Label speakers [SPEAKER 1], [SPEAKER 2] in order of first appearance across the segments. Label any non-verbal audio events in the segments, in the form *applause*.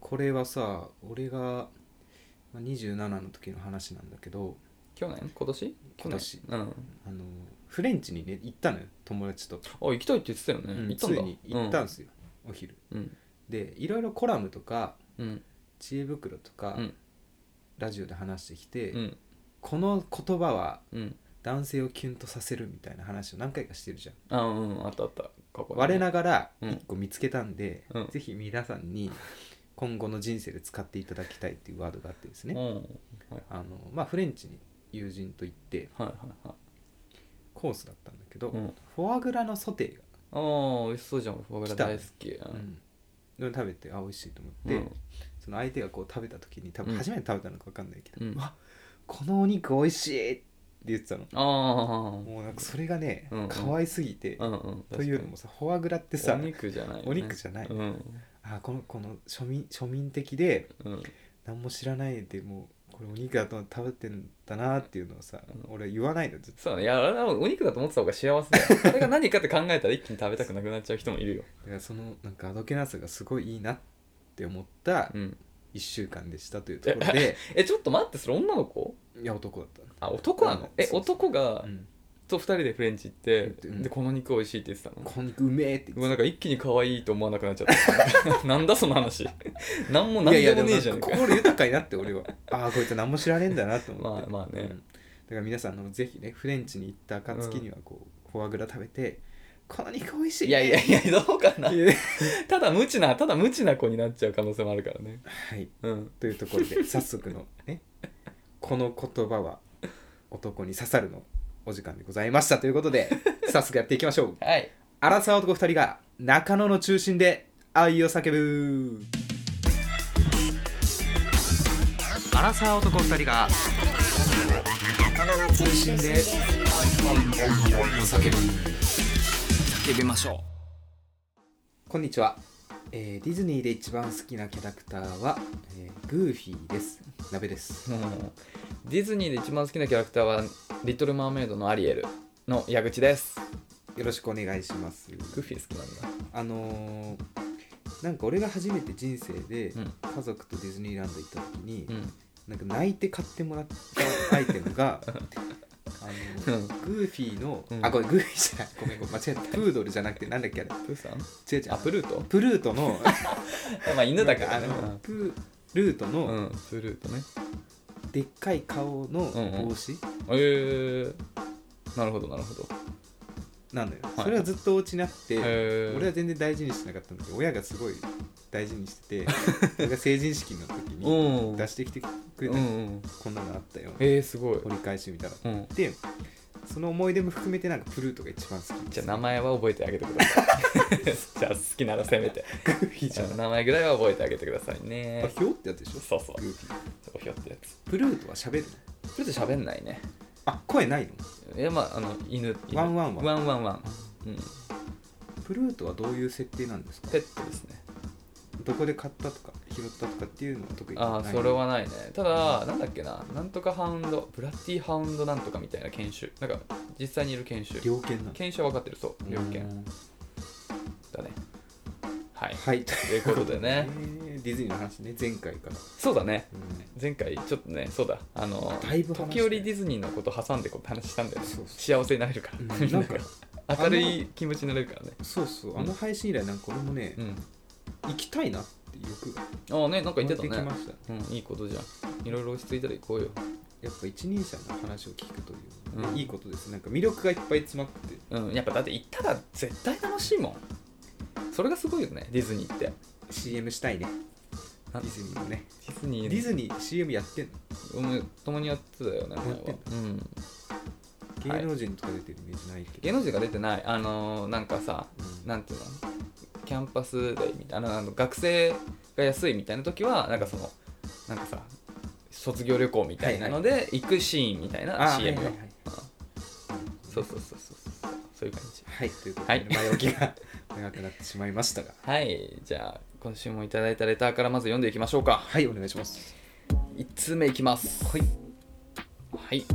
[SPEAKER 1] これはさ俺がまあ27の時の話なんだけど
[SPEAKER 2] 去年今年
[SPEAKER 1] 今年
[SPEAKER 2] 去年うん
[SPEAKER 1] あのフレンチにね行ったのよ友達と、
[SPEAKER 2] あ行きたいって言ってたよね、
[SPEAKER 1] うん
[SPEAKER 2] 行った
[SPEAKER 1] つ
[SPEAKER 2] んだ
[SPEAKER 1] いに行ったん
[SPEAKER 2] う
[SPEAKER 1] ですよ、お昼
[SPEAKER 2] うん
[SPEAKER 1] でいろいろコラムとか
[SPEAKER 2] うん
[SPEAKER 1] 知恵袋とか、
[SPEAKER 2] うん
[SPEAKER 1] ラジオで話してきて、
[SPEAKER 2] うん
[SPEAKER 1] この言葉は
[SPEAKER 2] うん
[SPEAKER 1] 男性をキュンとさせるみたいな話を何回かしてるじゃん、
[SPEAKER 2] あうんあったあった過去にね
[SPEAKER 1] 我ながら
[SPEAKER 2] うん
[SPEAKER 1] 1個見つけたんで、
[SPEAKER 2] うん
[SPEAKER 1] ぜひ皆さんに今後の人生で使っていただきたいっていうワードがあってですね、
[SPEAKER 2] うんはい
[SPEAKER 1] あのまあフレンチに友人と行って
[SPEAKER 2] はいはいはい
[SPEAKER 1] コースだったんだけど、
[SPEAKER 2] うん
[SPEAKER 1] フォアグラのソテーが、
[SPEAKER 2] あー美味しそうじゃん僕ら
[SPEAKER 1] 来た
[SPEAKER 2] 大好きう
[SPEAKER 1] うんんで食べてあ美味しいと思って、
[SPEAKER 2] うん
[SPEAKER 1] その相手がこう食べた時に多
[SPEAKER 2] う
[SPEAKER 1] 分
[SPEAKER 2] ん
[SPEAKER 1] 初めて食べたのか分かんないけど、
[SPEAKER 2] うん
[SPEAKER 1] うわこのお肉美味しいって言ってたの
[SPEAKER 2] ああ
[SPEAKER 1] もうなんかそれがね、
[SPEAKER 2] うんうん
[SPEAKER 1] 可愛すぎて、
[SPEAKER 2] うんうん
[SPEAKER 1] というのもさフォアグラって
[SPEAKER 2] 確か
[SPEAKER 1] さ
[SPEAKER 2] にお肉じゃないよね
[SPEAKER 1] お肉じゃない
[SPEAKER 2] うん
[SPEAKER 1] あこのこの庶民庶民的で
[SPEAKER 2] うん
[SPEAKER 1] 何も知らないでもうこれお肉だと思って食べてんだなっていうのをさ、
[SPEAKER 2] うん
[SPEAKER 1] 俺は言わないのずっと
[SPEAKER 2] そうねいやあれはお肉だと思ってた方が幸
[SPEAKER 1] *laughs*
[SPEAKER 2] せだよそれが何かって考えたら一気に食べたくなくなっちゃう人もいるよ
[SPEAKER 1] だからそのなんかあどけなさがすごいいいなって思った
[SPEAKER 2] うん
[SPEAKER 1] 1週間でしたというところ
[SPEAKER 2] *laughs*
[SPEAKER 1] で
[SPEAKER 2] えちょっと待ってそれ女の子
[SPEAKER 1] いや男だった
[SPEAKER 2] あ男なの
[SPEAKER 1] うん
[SPEAKER 2] え
[SPEAKER 1] そうそ
[SPEAKER 2] 男が
[SPEAKER 1] うん
[SPEAKER 2] と2人でフレンチ行って
[SPEAKER 1] うん
[SPEAKER 2] でこの肉美味しいって言ってたの
[SPEAKER 1] この肉うめえって
[SPEAKER 2] う
[SPEAKER 1] 言
[SPEAKER 2] わ
[SPEAKER 1] っ
[SPEAKER 2] な
[SPEAKER 1] て
[SPEAKER 2] んか一気に可愛いと思わなくなっちゃった *laughs* なんだその話なんもなん
[SPEAKER 1] いや
[SPEAKER 2] で
[SPEAKER 1] いや
[SPEAKER 2] もねえじ
[SPEAKER 1] で
[SPEAKER 2] ゃ
[SPEAKER 1] も
[SPEAKER 2] ん
[SPEAKER 1] なんか心豊かになって俺は *laughs* ああこいつ何も知らねえんだなと思っ
[SPEAKER 2] ま
[SPEAKER 1] て
[SPEAKER 2] あまあ
[SPEAKER 1] う
[SPEAKER 2] ね
[SPEAKER 1] んだから皆さんあのぜひねフレンチに行った暁にはこう、フォアグラ食べてこの肉美味しい
[SPEAKER 2] いやいやいやどうかない
[SPEAKER 1] や
[SPEAKER 2] ただ無知なただ無知な子になっちゃう可能性もあるからね
[SPEAKER 1] *laughs* はい
[SPEAKER 2] うん
[SPEAKER 1] というところで早速のねこの言葉は男に刺さるのお時間でございましたということで早速やっていきましょう
[SPEAKER 2] はい
[SPEAKER 1] 荒沢男2人が中野の中心で愛を叫ぶ荒沢男2人が中野の中心で愛を叫ぶ
[SPEAKER 2] 叫びましょ
[SPEAKER 1] こんにちは、えーディズニーで一番好きなキャラクターは、えーグーフィーです鍋です
[SPEAKER 2] う、ん、ディズニーで一番好きなキャラクターは「リトル・マーメイド」のアリエルの矢口です
[SPEAKER 1] よろしくお願いします
[SPEAKER 2] グッフィー好きなんだ
[SPEAKER 1] あのーなんか俺が初めて人生で
[SPEAKER 2] うん
[SPEAKER 1] 家族とディズニーランド行った時に、
[SPEAKER 2] うん
[SPEAKER 1] なんか泣いて買ってもらったアイテム
[SPEAKER 2] *laughs*
[SPEAKER 1] があの
[SPEAKER 2] うん
[SPEAKER 1] グーフィーの、
[SPEAKER 2] うん
[SPEAKER 1] あこれグーフィーじゃないごめんごめん間違えたプードルじゃなくてなんだっけあれ
[SPEAKER 2] プーさん
[SPEAKER 1] 違う違う
[SPEAKER 2] あプルート
[SPEAKER 1] プルート
[SPEAKER 2] *laughs*
[SPEAKER 1] の
[SPEAKER 2] まあ犬だから
[SPEAKER 1] あ
[SPEAKER 2] ね
[SPEAKER 1] のプルート
[SPEAKER 2] う
[SPEAKER 1] の
[SPEAKER 2] んプルートね
[SPEAKER 1] でっかい顔の
[SPEAKER 2] うん
[SPEAKER 1] 帽子
[SPEAKER 2] えー、なるほどなるほど
[SPEAKER 1] なんだよ、
[SPEAKER 2] はい
[SPEAKER 1] それはずっとお家にあって、
[SPEAKER 2] えー、
[SPEAKER 1] 俺は全然大事にしてなかったんだけど親がすごい大事に
[SPEAKER 2] *laughs*
[SPEAKER 1] してて俺が成人式の時に
[SPEAKER 2] うん
[SPEAKER 1] 出してきてくれた
[SPEAKER 2] うんうん
[SPEAKER 1] こんなのあったよ
[SPEAKER 2] えー、すごい
[SPEAKER 1] 掘り返してみたら
[SPEAKER 2] うん
[SPEAKER 1] でその思い出も含めてなんかプルートが一番好き
[SPEAKER 2] じゃあ名前は覚えてあげてください *laughs* じゃあ好きならせめて
[SPEAKER 1] グ *laughs* ーフィーじゃん
[SPEAKER 2] 名前ぐらいは覚えてあげてください
[SPEAKER 1] あ
[SPEAKER 2] ね
[SPEAKER 1] ひょってやつでしょ
[SPEAKER 2] そうそう
[SPEAKER 1] グーフィー
[SPEAKER 2] そこひょってやつ
[SPEAKER 1] プルートは喋るの
[SPEAKER 2] プルート喋んないね
[SPEAKER 1] あ声ないの
[SPEAKER 2] いやまああの犬犬
[SPEAKER 1] ワンワンワン
[SPEAKER 2] ワンワンワンうん
[SPEAKER 1] プルートはどういう設定なんですか
[SPEAKER 2] ペットですね
[SPEAKER 1] どこで買ったとか拾ったとかっていうのは特にない
[SPEAKER 2] ああそれはないねただなんだっけななんとかハウンドブラッディハウンドなんとかみたいな研修なんか実際にいる研修
[SPEAKER 1] 猟犬なの
[SPEAKER 2] 研修は分かってるそう猟
[SPEAKER 1] う
[SPEAKER 2] 犬
[SPEAKER 1] ん
[SPEAKER 2] だねはい
[SPEAKER 1] はいと
[SPEAKER 2] ということでね
[SPEAKER 1] えー *laughs* ディズニーの話ね前回から、
[SPEAKER 2] そうだね
[SPEAKER 1] うん
[SPEAKER 2] 前回ちょっとねそうだあの
[SPEAKER 1] だいぶ話した
[SPEAKER 2] 時折ディズニーのこと挟んでこう話したんだよね
[SPEAKER 1] そうそう
[SPEAKER 2] 幸せになれるから、
[SPEAKER 1] うん
[SPEAKER 2] みんなが
[SPEAKER 1] んか
[SPEAKER 2] 明るい気持ちになれるからね
[SPEAKER 1] そうそうあの配信以来なんか俺もね、
[SPEAKER 2] うん
[SPEAKER 1] 行きたいなって欲が
[SPEAKER 2] ああねなんか言ってた
[SPEAKER 1] 湧いき
[SPEAKER 2] ね
[SPEAKER 1] ました
[SPEAKER 2] うんいいことじゃんいろいろ落ち着いたら行こうよ
[SPEAKER 1] やっぱ一人者の話を聞くという、ね
[SPEAKER 2] うん
[SPEAKER 1] いいことですなんか魅力がいっぱい詰まってて
[SPEAKER 2] うんやっぱだって行ったら絶対楽しいもんそれがすごいよねディズニーって
[SPEAKER 1] CM したいねデ
[SPEAKER 2] あ
[SPEAKER 1] ィズニーのね
[SPEAKER 2] ディズニ
[SPEAKER 1] デ
[SPEAKER 2] ー
[SPEAKER 1] ィズニー CM やってんの
[SPEAKER 2] うん共にやってたよね前
[SPEAKER 1] やって
[SPEAKER 2] は
[SPEAKER 1] ん、
[SPEAKER 2] うん、はい
[SPEAKER 1] 芸能人とか出てるイメージないけど、
[SPEAKER 2] 芸能人が出てないあのーなんかさ
[SPEAKER 1] うん
[SPEAKER 2] なんていうのキャンパスデイみたいなあの学生が安いみたいな時はなんかそのなんかさ卒業旅行みたいなので行くシーンみたいな
[SPEAKER 1] あ
[SPEAKER 2] CM
[SPEAKER 1] はい
[SPEAKER 2] よ
[SPEAKER 1] はいはい
[SPEAKER 2] うんそうそうそうそうそうそういう感じ
[SPEAKER 1] はい、ということでね、前置きが *laughs* 長くなってしまいましたが
[SPEAKER 2] はいじゃあ今週もいただいたレターからまず読んでいきましょうか
[SPEAKER 1] はいお願いします
[SPEAKER 2] 1通目いきますはい、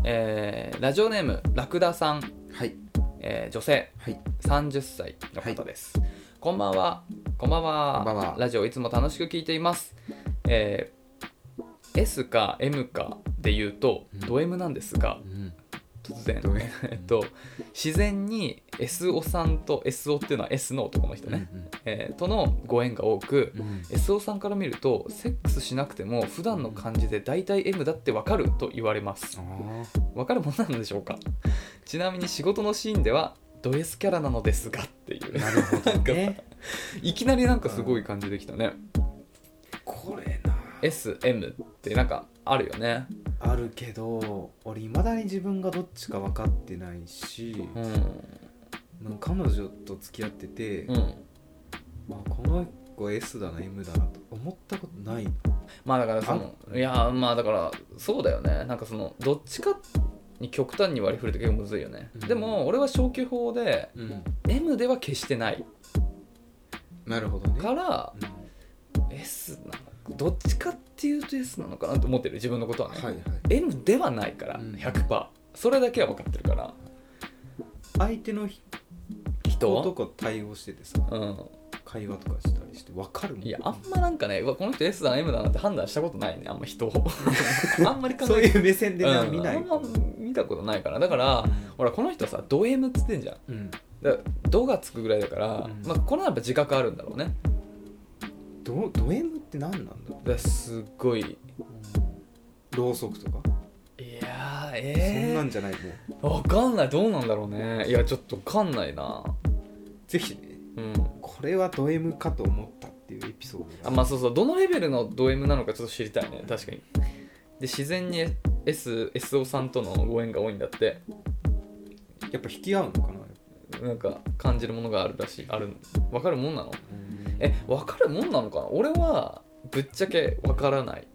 [SPEAKER 2] えーラジオネームラクダさん、
[SPEAKER 1] はい
[SPEAKER 2] えー女性
[SPEAKER 1] はい
[SPEAKER 2] 30歳の方です、こんばんはこんばんは
[SPEAKER 1] こんばんは
[SPEAKER 2] ラジオいつも楽しく聞いていますえー S か M かで言うと
[SPEAKER 1] うん
[SPEAKER 2] ド M なんですが
[SPEAKER 1] うん
[SPEAKER 2] 突然
[SPEAKER 1] ド M
[SPEAKER 2] *laughs* えっと自然に SO さんと SO っていうのは S の男の人ね、えーとのご縁が多く
[SPEAKER 1] うんうん
[SPEAKER 2] SO さんから見るとセックスしなくても普段の感じで大体 M だってわかると言われます
[SPEAKER 1] あ *laughs*
[SPEAKER 2] わかるもんなんでしょうか *laughs* ちなみに仕事のシーンではド S キャラなのですがっていう *laughs*
[SPEAKER 1] ーなるほどね
[SPEAKER 2] いきなりなんかすごい感じできたね
[SPEAKER 1] これな
[SPEAKER 2] SM ってなんかあるよね
[SPEAKER 1] あるけど俺いまだに自分がどっちか分かってないし、
[SPEAKER 2] うん
[SPEAKER 1] なんか彼女と付き合ってて、
[SPEAKER 2] うん
[SPEAKER 1] まあ、この子 S だな M だなと思ったことない
[SPEAKER 2] まあだからそのいやまあだからそうだよねなんかそのどっちかに極端に割り振るって結構むずいよね、
[SPEAKER 1] うん
[SPEAKER 2] でも俺は消去法で
[SPEAKER 1] うん
[SPEAKER 2] M では決してない
[SPEAKER 1] なるほどね
[SPEAKER 2] から
[SPEAKER 1] うん
[SPEAKER 2] S なのどっちかっていうと S なのかなと思ってる自分のことはね、
[SPEAKER 1] はいはい
[SPEAKER 2] M ではないから
[SPEAKER 1] うん
[SPEAKER 2] 100%、それだけは分かってるから
[SPEAKER 1] 相手の人と
[SPEAKER 2] 人、
[SPEAKER 1] か対応しててさ
[SPEAKER 2] うん、
[SPEAKER 1] 会話とかしたりして分かるもん
[SPEAKER 2] いやあんまなんかねうわこの人 S だな M だなって判断したことないねあんま人を *laughs* あんまり考え
[SPEAKER 1] そう
[SPEAKER 2] て
[SPEAKER 1] いう目線でな見ない、う
[SPEAKER 2] う
[SPEAKER 1] ん
[SPEAKER 2] ん、あんま見たことないからだからほらこの人さド M っつってんじゃんだから「ド」がつくぐらいだから、
[SPEAKER 1] うん
[SPEAKER 2] まあ、このやっぱ自覚あるんだろうね
[SPEAKER 1] どド M って何なんだろ、
[SPEAKER 2] だからすっごいう
[SPEAKER 1] ろうそくとか、
[SPEAKER 2] いやー
[SPEAKER 1] そんな
[SPEAKER 2] え
[SPEAKER 1] んじゃないもう
[SPEAKER 2] えー、わかんないどうなんだろうねいやちょっとわかんないな
[SPEAKER 1] ぜひね
[SPEAKER 2] うん
[SPEAKER 1] これはド M かと思ったっていうエピソード
[SPEAKER 2] あまあそうそうどのレベルのド M なのかちょっと知りたいね確かにで自然に SSO さんとのご縁が多いんだって
[SPEAKER 1] やっぱ引き合うのかな
[SPEAKER 2] なんか感じるものがあるらしいあるわかるもんなのえわかるもんなのかな俺はぶっちゃけわからない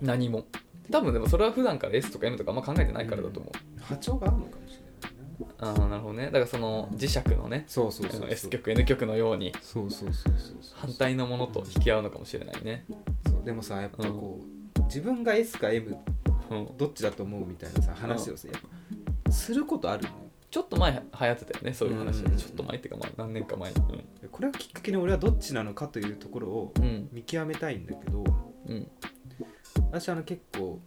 [SPEAKER 2] 何も多分でもそれは普段から S とか M とかあんま考えてないからだと思う、
[SPEAKER 1] 波長が合うのかもしれないな
[SPEAKER 2] ああなるほどねだからその磁石のね
[SPEAKER 1] そうそうそうそう
[SPEAKER 2] S 極 N 極のように
[SPEAKER 1] そうそうそうそうそう
[SPEAKER 2] 反対のものと引き合うのかもしれないね
[SPEAKER 1] そうでもさやっぱこう、自分が S か M
[SPEAKER 2] うん
[SPEAKER 1] どっちだと思うみたいなさ話をさ、やっぱすることあるのよ
[SPEAKER 2] ちょっと前流行ってたよねそういう話、
[SPEAKER 1] うんうんうん
[SPEAKER 2] ちょっと前っていうかまあ何年か前に
[SPEAKER 1] これをきっかけに俺はどっちなのかというところを
[SPEAKER 2] うん
[SPEAKER 1] 見極めたいんだけど
[SPEAKER 2] うん
[SPEAKER 1] 私あの結構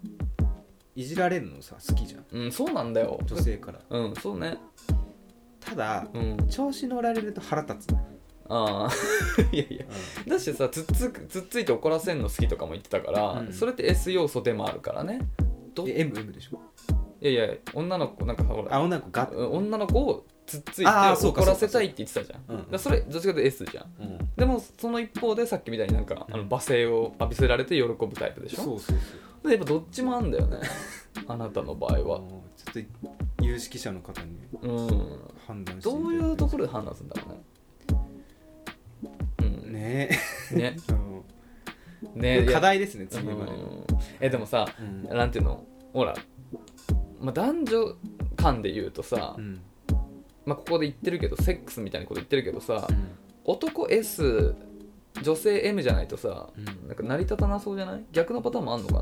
[SPEAKER 1] いじられるのさ好きじゃん
[SPEAKER 2] うん、うん、そうなんだよ
[SPEAKER 1] 女性から
[SPEAKER 2] うんそうね
[SPEAKER 1] ただ
[SPEAKER 2] うん
[SPEAKER 1] 調子乗られると腹立つのよ、
[SPEAKER 2] ああ *laughs* いやいやだしさつっつくつっついて怒らせんの好きとかも言ってたから、
[SPEAKER 1] うん
[SPEAKER 2] それって S 要素でもあるからねど
[SPEAKER 1] うん、
[SPEAKER 2] い
[SPEAKER 1] で M, M でしょ
[SPEAKER 2] やいや女の子なんかほら
[SPEAKER 1] あ女の子ガッ、
[SPEAKER 2] うん女の子をつっついて
[SPEAKER 1] あーそうか
[SPEAKER 2] 怒らせたいって言ってたじゃん
[SPEAKER 1] うんうん
[SPEAKER 2] だからそれどっちかというと S じゃん
[SPEAKER 1] うん、
[SPEAKER 2] でもその一方でさっきみたいになんかあの罵声を浴びせられて喜ぶタイプでしょ
[SPEAKER 1] そうそうそう
[SPEAKER 2] でやっぱどっちもあんだ
[SPEAKER 1] *laughs*
[SPEAKER 2] よねあなたの場合
[SPEAKER 1] あ
[SPEAKER 2] は
[SPEAKER 1] のちょっと有識者の方に
[SPEAKER 2] うん
[SPEAKER 1] 判断して
[SPEAKER 2] どう
[SPEAKER 1] み
[SPEAKER 2] い
[SPEAKER 1] た
[SPEAKER 2] うところで判断するんだろうね
[SPEAKER 1] ねえ
[SPEAKER 2] うんね
[SPEAKER 1] う
[SPEAKER 2] ね
[SPEAKER 1] ん
[SPEAKER 2] いや
[SPEAKER 1] *laughs* 課題ですね
[SPEAKER 2] う
[SPEAKER 1] 次までの、
[SPEAKER 2] んえでもさ
[SPEAKER 1] うん
[SPEAKER 2] なんていうのほら、まあ、男女間で言うとさ、
[SPEAKER 1] うん
[SPEAKER 2] まあ、ここで言ってるけどセックスみたいなこと言ってるけどさ、男 S 女性 M じゃないとさ、
[SPEAKER 1] うん
[SPEAKER 2] なんか成り立たなそうじゃない逆のパターンもあんのか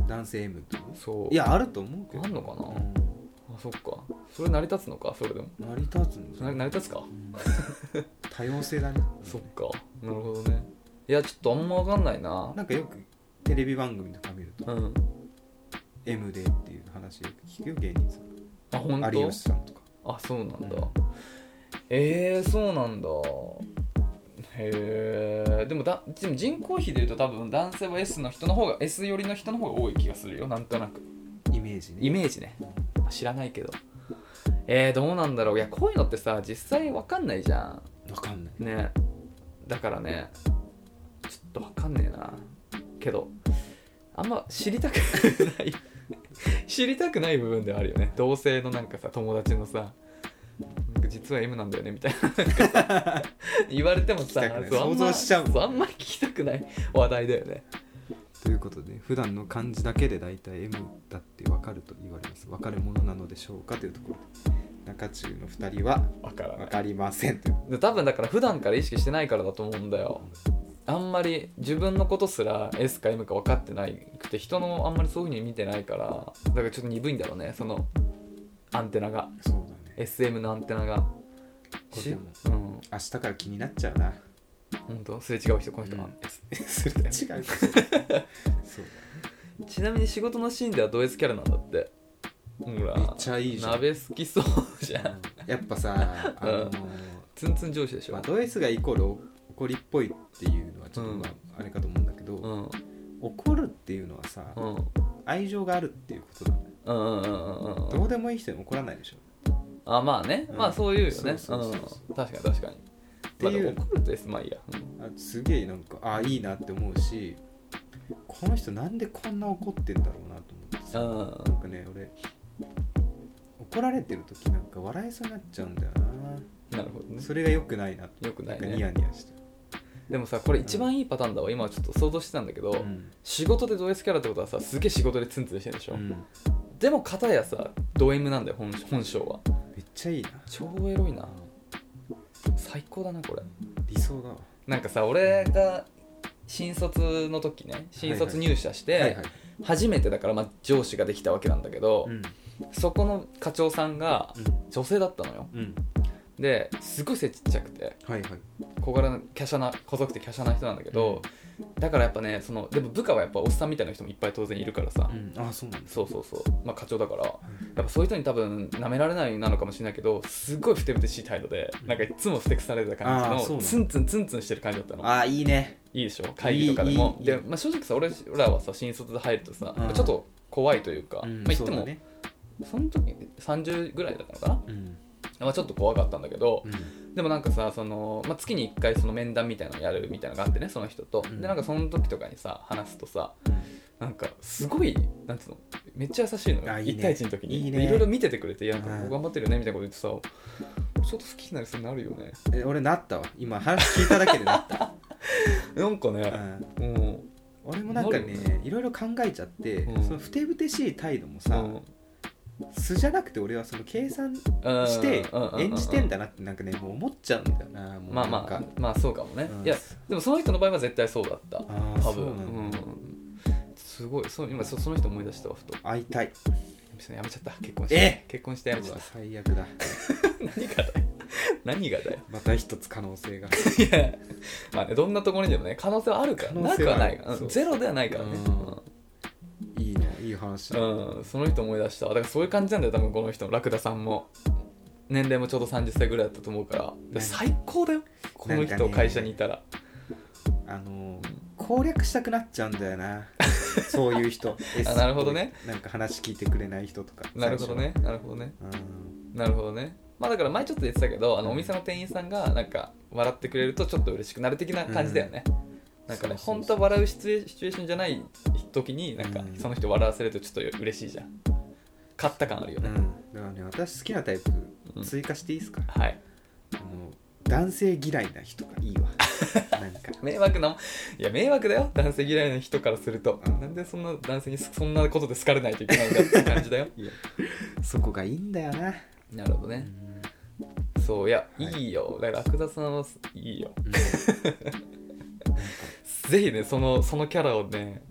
[SPEAKER 2] な
[SPEAKER 1] 男性 M ってこと
[SPEAKER 2] そう
[SPEAKER 1] いやあると思うけど
[SPEAKER 2] あんのかな
[SPEAKER 1] うん
[SPEAKER 2] あそっかそれ成り立つのかそれでも
[SPEAKER 1] 成り立つんです
[SPEAKER 2] な成り立つか
[SPEAKER 1] 多様性だね
[SPEAKER 2] そっかなるほどねいやちょっとあんま分かんないな
[SPEAKER 1] なんかよくテレビ番組とか見ると
[SPEAKER 2] うん
[SPEAKER 1] M でっていう話よく聞くよ芸人さ
[SPEAKER 2] あ本
[SPEAKER 1] ん有
[SPEAKER 2] 当
[SPEAKER 1] 吉さんとか
[SPEAKER 2] あそうなんだ、
[SPEAKER 1] うん
[SPEAKER 2] えー、そうなんだへえでもだでも人口比でいうと多分男性は S の人の方が S 寄りの人の方が多い気がするよなんとなく
[SPEAKER 1] イメージね
[SPEAKER 2] イメージねまあ知らないけどえー、どうなんだろういやこういうのってさ実際わかんないじゃ
[SPEAKER 1] わかんない
[SPEAKER 2] んねだからねちょっとわかんねえなけどあんま知りたくない知りたくない部分ではあるよね同性のなんかさ友達のさなんか実は M なんだよねみたいな
[SPEAKER 1] *laughs*
[SPEAKER 2] 言われても
[SPEAKER 1] 聞き
[SPEAKER 2] さ
[SPEAKER 1] たくない
[SPEAKER 2] そうあんま
[SPEAKER 1] 想像しちゃうもん
[SPEAKER 2] そうあんま聞きたくない話題だよね
[SPEAKER 1] ということで普段の漢字だけで大体 M だってわかると言われますわかるものなのでしょうかというところで中中の2人は
[SPEAKER 2] わからな
[SPEAKER 1] わ
[SPEAKER 2] い
[SPEAKER 1] かりませんという
[SPEAKER 2] で多分だから普段から意識してないからだと思うんだよあんまり自分のことすら S か M か分かってないくて人のあんまりそういうふうに見てないからだからちょっと鈍いんだろうねそのアンテナが
[SPEAKER 1] そうだね
[SPEAKER 2] SM のアンテナが
[SPEAKER 1] これでも
[SPEAKER 2] しうん
[SPEAKER 1] *laughs* 明日から気になっちゃうな
[SPEAKER 2] 本当すれ違う人この人、
[SPEAKER 1] うん
[SPEAKER 2] あつ *laughs*
[SPEAKER 1] それと違うそうだよ
[SPEAKER 2] ちなみに仕事のシーンではド S キャラなんだってほら
[SPEAKER 1] めっちゃいいじゃん
[SPEAKER 2] 鍋好きそうじゃん
[SPEAKER 1] やっぱさあのー
[SPEAKER 2] ツンツン上司でしょ、
[SPEAKER 1] まあ、ド S がイコール怒りっぽいっていうのはちょっと
[SPEAKER 2] うん
[SPEAKER 1] まああれかと思うんだけど、
[SPEAKER 2] うん
[SPEAKER 1] 怒るっていうのはさ、
[SPEAKER 2] うん
[SPEAKER 1] 愛情があるっていうことだね、
[SPEAKER 2] うんうんうんうんう
[SPEAKER 1] ど
[SPEAKER 2] ん
[SPEAKER 1] うでもいい人に怒らないでしょ
[SPEAKER 2] あまあね、
[SPEAKER 1] うん
[SPEAKER 2] まあそういうよね
[SPEAKER 1] そうそうそうそう
[SPEAKER 2] うん確かに確かに
[SPEAKER 1] ていう
[SPEAKER 2] まあでも怒ると S まあいいや、うん
[SPEAKER 1] あすげえなんかあいいなって思うしこの人なんでこんな怒ってんだろうなと思ってさ
[SPEAKER 2] うん
[SPEAKER 1] なんかね俺怒られてる時なんか笑いそうになっちゃうんだよ
[SPEAKER 2] なるほど
[SPEAKER 1] な
[SPEAKER 2] ね
[SPEAKER 1] それが良くないなって
[SPEAKER 2] よくない
[SPEAKER 1] なんか
[SPEAKER 2] ね
[SPEAKER 1] ニヤニヤして、
[SPEAKER 2] でもさこれ一番いいパターンだわ今ちょっと想像してたんだけど、
[SPEAKER 1] うん
[SPEAKER 2] 仕事でド S キャラってことはさすげえ仕事でツンツンしてるでしょ、
[SPEAKER 1] うん
[SPEAKER 2] でも片やさド M なんだよ本本性は
[SPEAKER 1] めっちゃいいな
[SPEAKER 2] 超エロいな最高だなこれ
[SPEAKER 1] 理想だわ
[SPEAKER 2] なんかさ俺が新卒の時ね新卒入社して、
[SPEAKER 1] はいはい
[SPEAKER 2] 初めてだから、まあ、上司ができたわけなんだけど、
[SPEAKER 1] うん
[SPEAKER 2] そこの課長さんが女性だったのよ
[SPEAKER 1] うんうん
[SPEAKER 2] ですごい背ちっちゃくて
[SPEAKER 1] はいはい
[SPEAKER 2] 小柄な華奢な細くて華奢な人なんだけど、だからやっぱねそのでも部下はやっぱおっさんみたいな人もいっぱい当然いるからさ、
[SPEAKER 1] うんあそうなんです
[SPEAKER 2] そうそうそうまあ課長だからやっぱそういう人に多分舐められないなのかもしれないけどすごいふてぶてしい態度でなんかいつもふてくされてた
[SPEAKER 1] あー
[SPEAKER 2] 感
[SPEAKER 1] そう
[SPEAKER 2] じの
[SPEAKER 1] なの
[SPEAKER 2] ツンツンツンツンしてる感じだったの
[SPEAKER 1] ああいいね
[SPEAKER 2] いいでしょ会議とかでも
[SPEAKER 1] いいいい
[SPEAKER 2] で、まあ、正直さ俺らはさ新卒で入るとさ、
[SPEAKER 1] うん
[SPEAKER 2] ちょっと怖いというか、まあ言って
[SPEAKER 1] そうだ
[SPEAKER 2] も
[SPEAKER 1] ね
[SPEAKER 2] その時30ぐらいだったのかな、
[SPEAKER 1] うん
[SPEAKER 2] まあ、ちょっと怖かったんだけど
[SPEAKER 1] う、ん
[SPEAKER 2] でもなんかさその、まあ、月に1回その面談みたいなのやるみたいなのがあってねその人と、
[SPEAKER 1] うん
[SPEAKER 2] でなんかその時とかにさ話すとさなんかすごいなんつうのめっちゃ優しいのよ
[SPEAKER 1] あいいね
[SPEAKER 2] 1対1の時に
[SPEAKER 1] い
[SPEAKER 2] い
[SPEAKER 1] いね
[SPEAKER 2] ろいろ見ててくれて「いやなん
[SPEAKER 1] う
[SPEAKER 2] か
[SPEAKER 1] ん
[SPEAKER 2] 頑張ってるね」みたいなこと言ってさちょっと好きになりそうになるよね
[SPEAKER 1] え俺なったわ今話聞いただけでな
[SPEAKER 2] *laughs*
[SPEAKER 1] った、
[SPEAKER 2] なんか
[SPEAKER 1] う
[SPEAKER 2] ね、
[SPEAKER 1] ん、
[SPEAKER 2] うん、
[SPEAKER 1] 俺もなんか
[SPEAKER 2] なるよ
[SPEAKER 1] ねいろいろ考えちゃって、
[SPEAKER 2] うん
[SPEAKER 1] そのふてぶてしい態度もさ、
[SPEAKER 2] うん
[SPEAKER 1] 素じゃなくて俺はその計算して
[SPEAKER 2] うんうんうんうん
[SPEAKER 1] 演じてんだなってなんかねもう思っちゃうんだよなもう
[SPEAKER 2] まあ
[SPEAKER 1] なん
[SPEAKER 2] ま
[SPEAKER 1] か
[SPEAKER 2] あまあそうかもね、
[SPEAKER 1] うん
[SPEAKER 2] いやでもその人の場合は絶対そうだった
[SPEAKER 1] あー
[SPEAKER 2] 多
[SPEAKER 1] そう
[SPEAKER 2] 分
[SPEAKER 1] なんだ
[SPEAKER 2] うんすごいそう今そその人思い出したわふと
[SPEAKER 1] 会いたい
[SPEAKER 2] やめちゃった結婚して
[SPEAKER 1] え
[SPEAKER 2] 結婚してやめちゃった
[SPEAKER 1] 最悪だ
[SPEAKER 2] 何がだよ何がだよ
[SPEAKER 1] また一つ可能性が
[SPEAKER 2] いやまあねどんなところにでもね可能性はあるから
[SPEAKER 1] 可能
[SPEAKER 2] な
[SPEAKER 1] 性
[SPEAKER 2] く
[SPEAKER 1] は
[SPEAKER 2] は
[SPEAKER 1] あ
[SPEAKER 2] な
[SPEAKER 1] る
[SPEAKER 2] いから、う、
[SPEAKER 1] そうん
[SPEAKER 2] ゼロではないからね
[SPEAKER 1] いいねいい話
[SPEAKER 2] う
[SPEAKER 1] だ、
[SPEAKER 2] ん、うんその人思い出しただからそういう感じなんだよ多分この人のラクダさんも年齢もちょうど30歳ぐらいだったと思うからで最高だよこの
[SPEAKER 1] なんか
[SPEAKER 2] 人
[SPEAKER 1] ね
[SPEAKER 2] 会社にいたら、
[SPEAKER 1] あのー攻略したくなっちゃうんだよ
[SPEAKER 2] *laughs*
[SPEAKER 1] なそういう人 S
[SPEAKER 2] なるほどね
[SPEAKER 1] なんか話聞いてくれない人とか
[SPEAKER 2] なるほどねなるほどね
[SPEAKER 1] 最初うん
[SPEAKER 2] なるほどねまあだから前ちょっと言ってたけどあのお店の店員さんがなんか笑ってくれるとちょっと嬉しくなる的な感じだよね、なん
[SPEAKER 1] そうそ
[SPEAKER 2] かね
[SPEAKER 1] うそう
[SPEAKER 2] 本当は笑うシチュエシチュエーションじゃない時になんか
[SPEAKER 1] うん
[SPEAKER 2] その人笑わせるとちょっと嬉しいじゃん勝った感あるよ
[SPEAKER 1] う
[SPEAKER 2] ね、
[SPEAKER 1] ん、だからね私好きなタイ
[SPEAKER 2] うん
[SPEAKER 1] プ追加していいですか、
[SPEAKER 2] はい
[SPEAKER 1] あの男性嫌いな人が
[SPEAKER 2] *laughs*
[SPEAKER 1] いいわなんか
[SPEAKER 2] 迷惑ないや迷惑だよ男性嫌いの人からすると、
[SPEAKER 1] うん
[SPEAKER 2] なんでそんな男性にそんなことで好かれないとい *laughs* けないんだって感じだよ
[SPEAKER 1] そこがいいんだよな、
[SPEAKER 2] なるほど
[SPEAKER 1] う
[SPEAKER 2] ね
[SPEAKER 1] ん
[SPEAKER 2] そういや、
[SPEAKER 1] はい
[SPEAKER 2] い、いよだからラクダさんはいいよ
[SPEAKER 1] うん
[SPEAKER 2] ぜひねそのそのキャラをね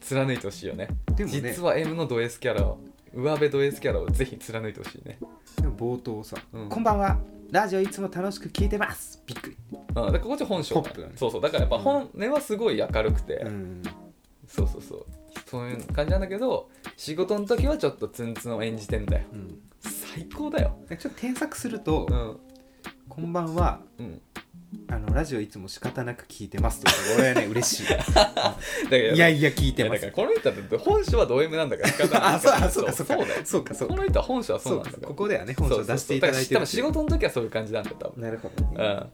[SPEAKER 2] 貫いてほしいよね
[SPEAKER 1] でもね
[SPEAKER 2] 実は M のド S キャラを上辺ド S キャラをぜひ貫いてほしいね、
[SPEAKER 1] でも冒頭さ、
[SPEAKER 2] うん
[SPEAKER 1] こんばんはラジオいつも楽しく聞いてますびっくり」
[SPEAKER 2] うん、だからこっち本性
[SPEAKER 1] ポップだね
[SPEAKER 2] そうそうだからやっぱ本音はすごい明るくて、
[SPEAKER 1] うん
[SPEAKER 2] そうそうそうそういう感じなんだけど仕事の時はちょっとツンツンを演じてんだよ
[SPEAKER 1] うん、
[SPEAKER 2] 最高だよ
[SPEAKER 1] ちょっと添削すると「
[SPEAKER 2] うん
[SPEAKER 1] こんばんは
[SPEAKER 2] うん
[SPEAKER 1] あのラジオいつも仕方なく聞いてます」とか俺はね嬉しい
[SPEAKER 2] だから
[SPEAKER 1] いやいや聞い
[SPEAKER 2] い
[SPEAKER 1] て
[SPEAKER 2] や
[SPEAKER 1] ま
[SPEAKER 2] だ
[SPEAKER 1] す
[SPEAKER 2] からこの人だって本性はド M なんだから仕方ない
[SPEAKER 1] あそうあそうかそうか
[SPEAKER 2] そうだよ
[SPEAKER 1] そうかそう
[SPEAKER 2] こ
[SPEAKER 1] か
[SPEAKER 2] の人は本性はそ
[SPEAKER 1] そうう
[SPEAKER 2] なんだ
[SPEAKER 1] か
[SPEAKER 2] から
[SPEAKER 1] ここではね本書出していただいて
[SPEAKER 2] そうそうそ
[SPEAKER 1] る
[SPEAKER 2] うだから多分仕事の時はそういう感じなんだよ多分
[SPEAKER 1] なるほど
[SPEAKER 2] う
[SPEAKER 1] ね、
[SPEAKER 2] ん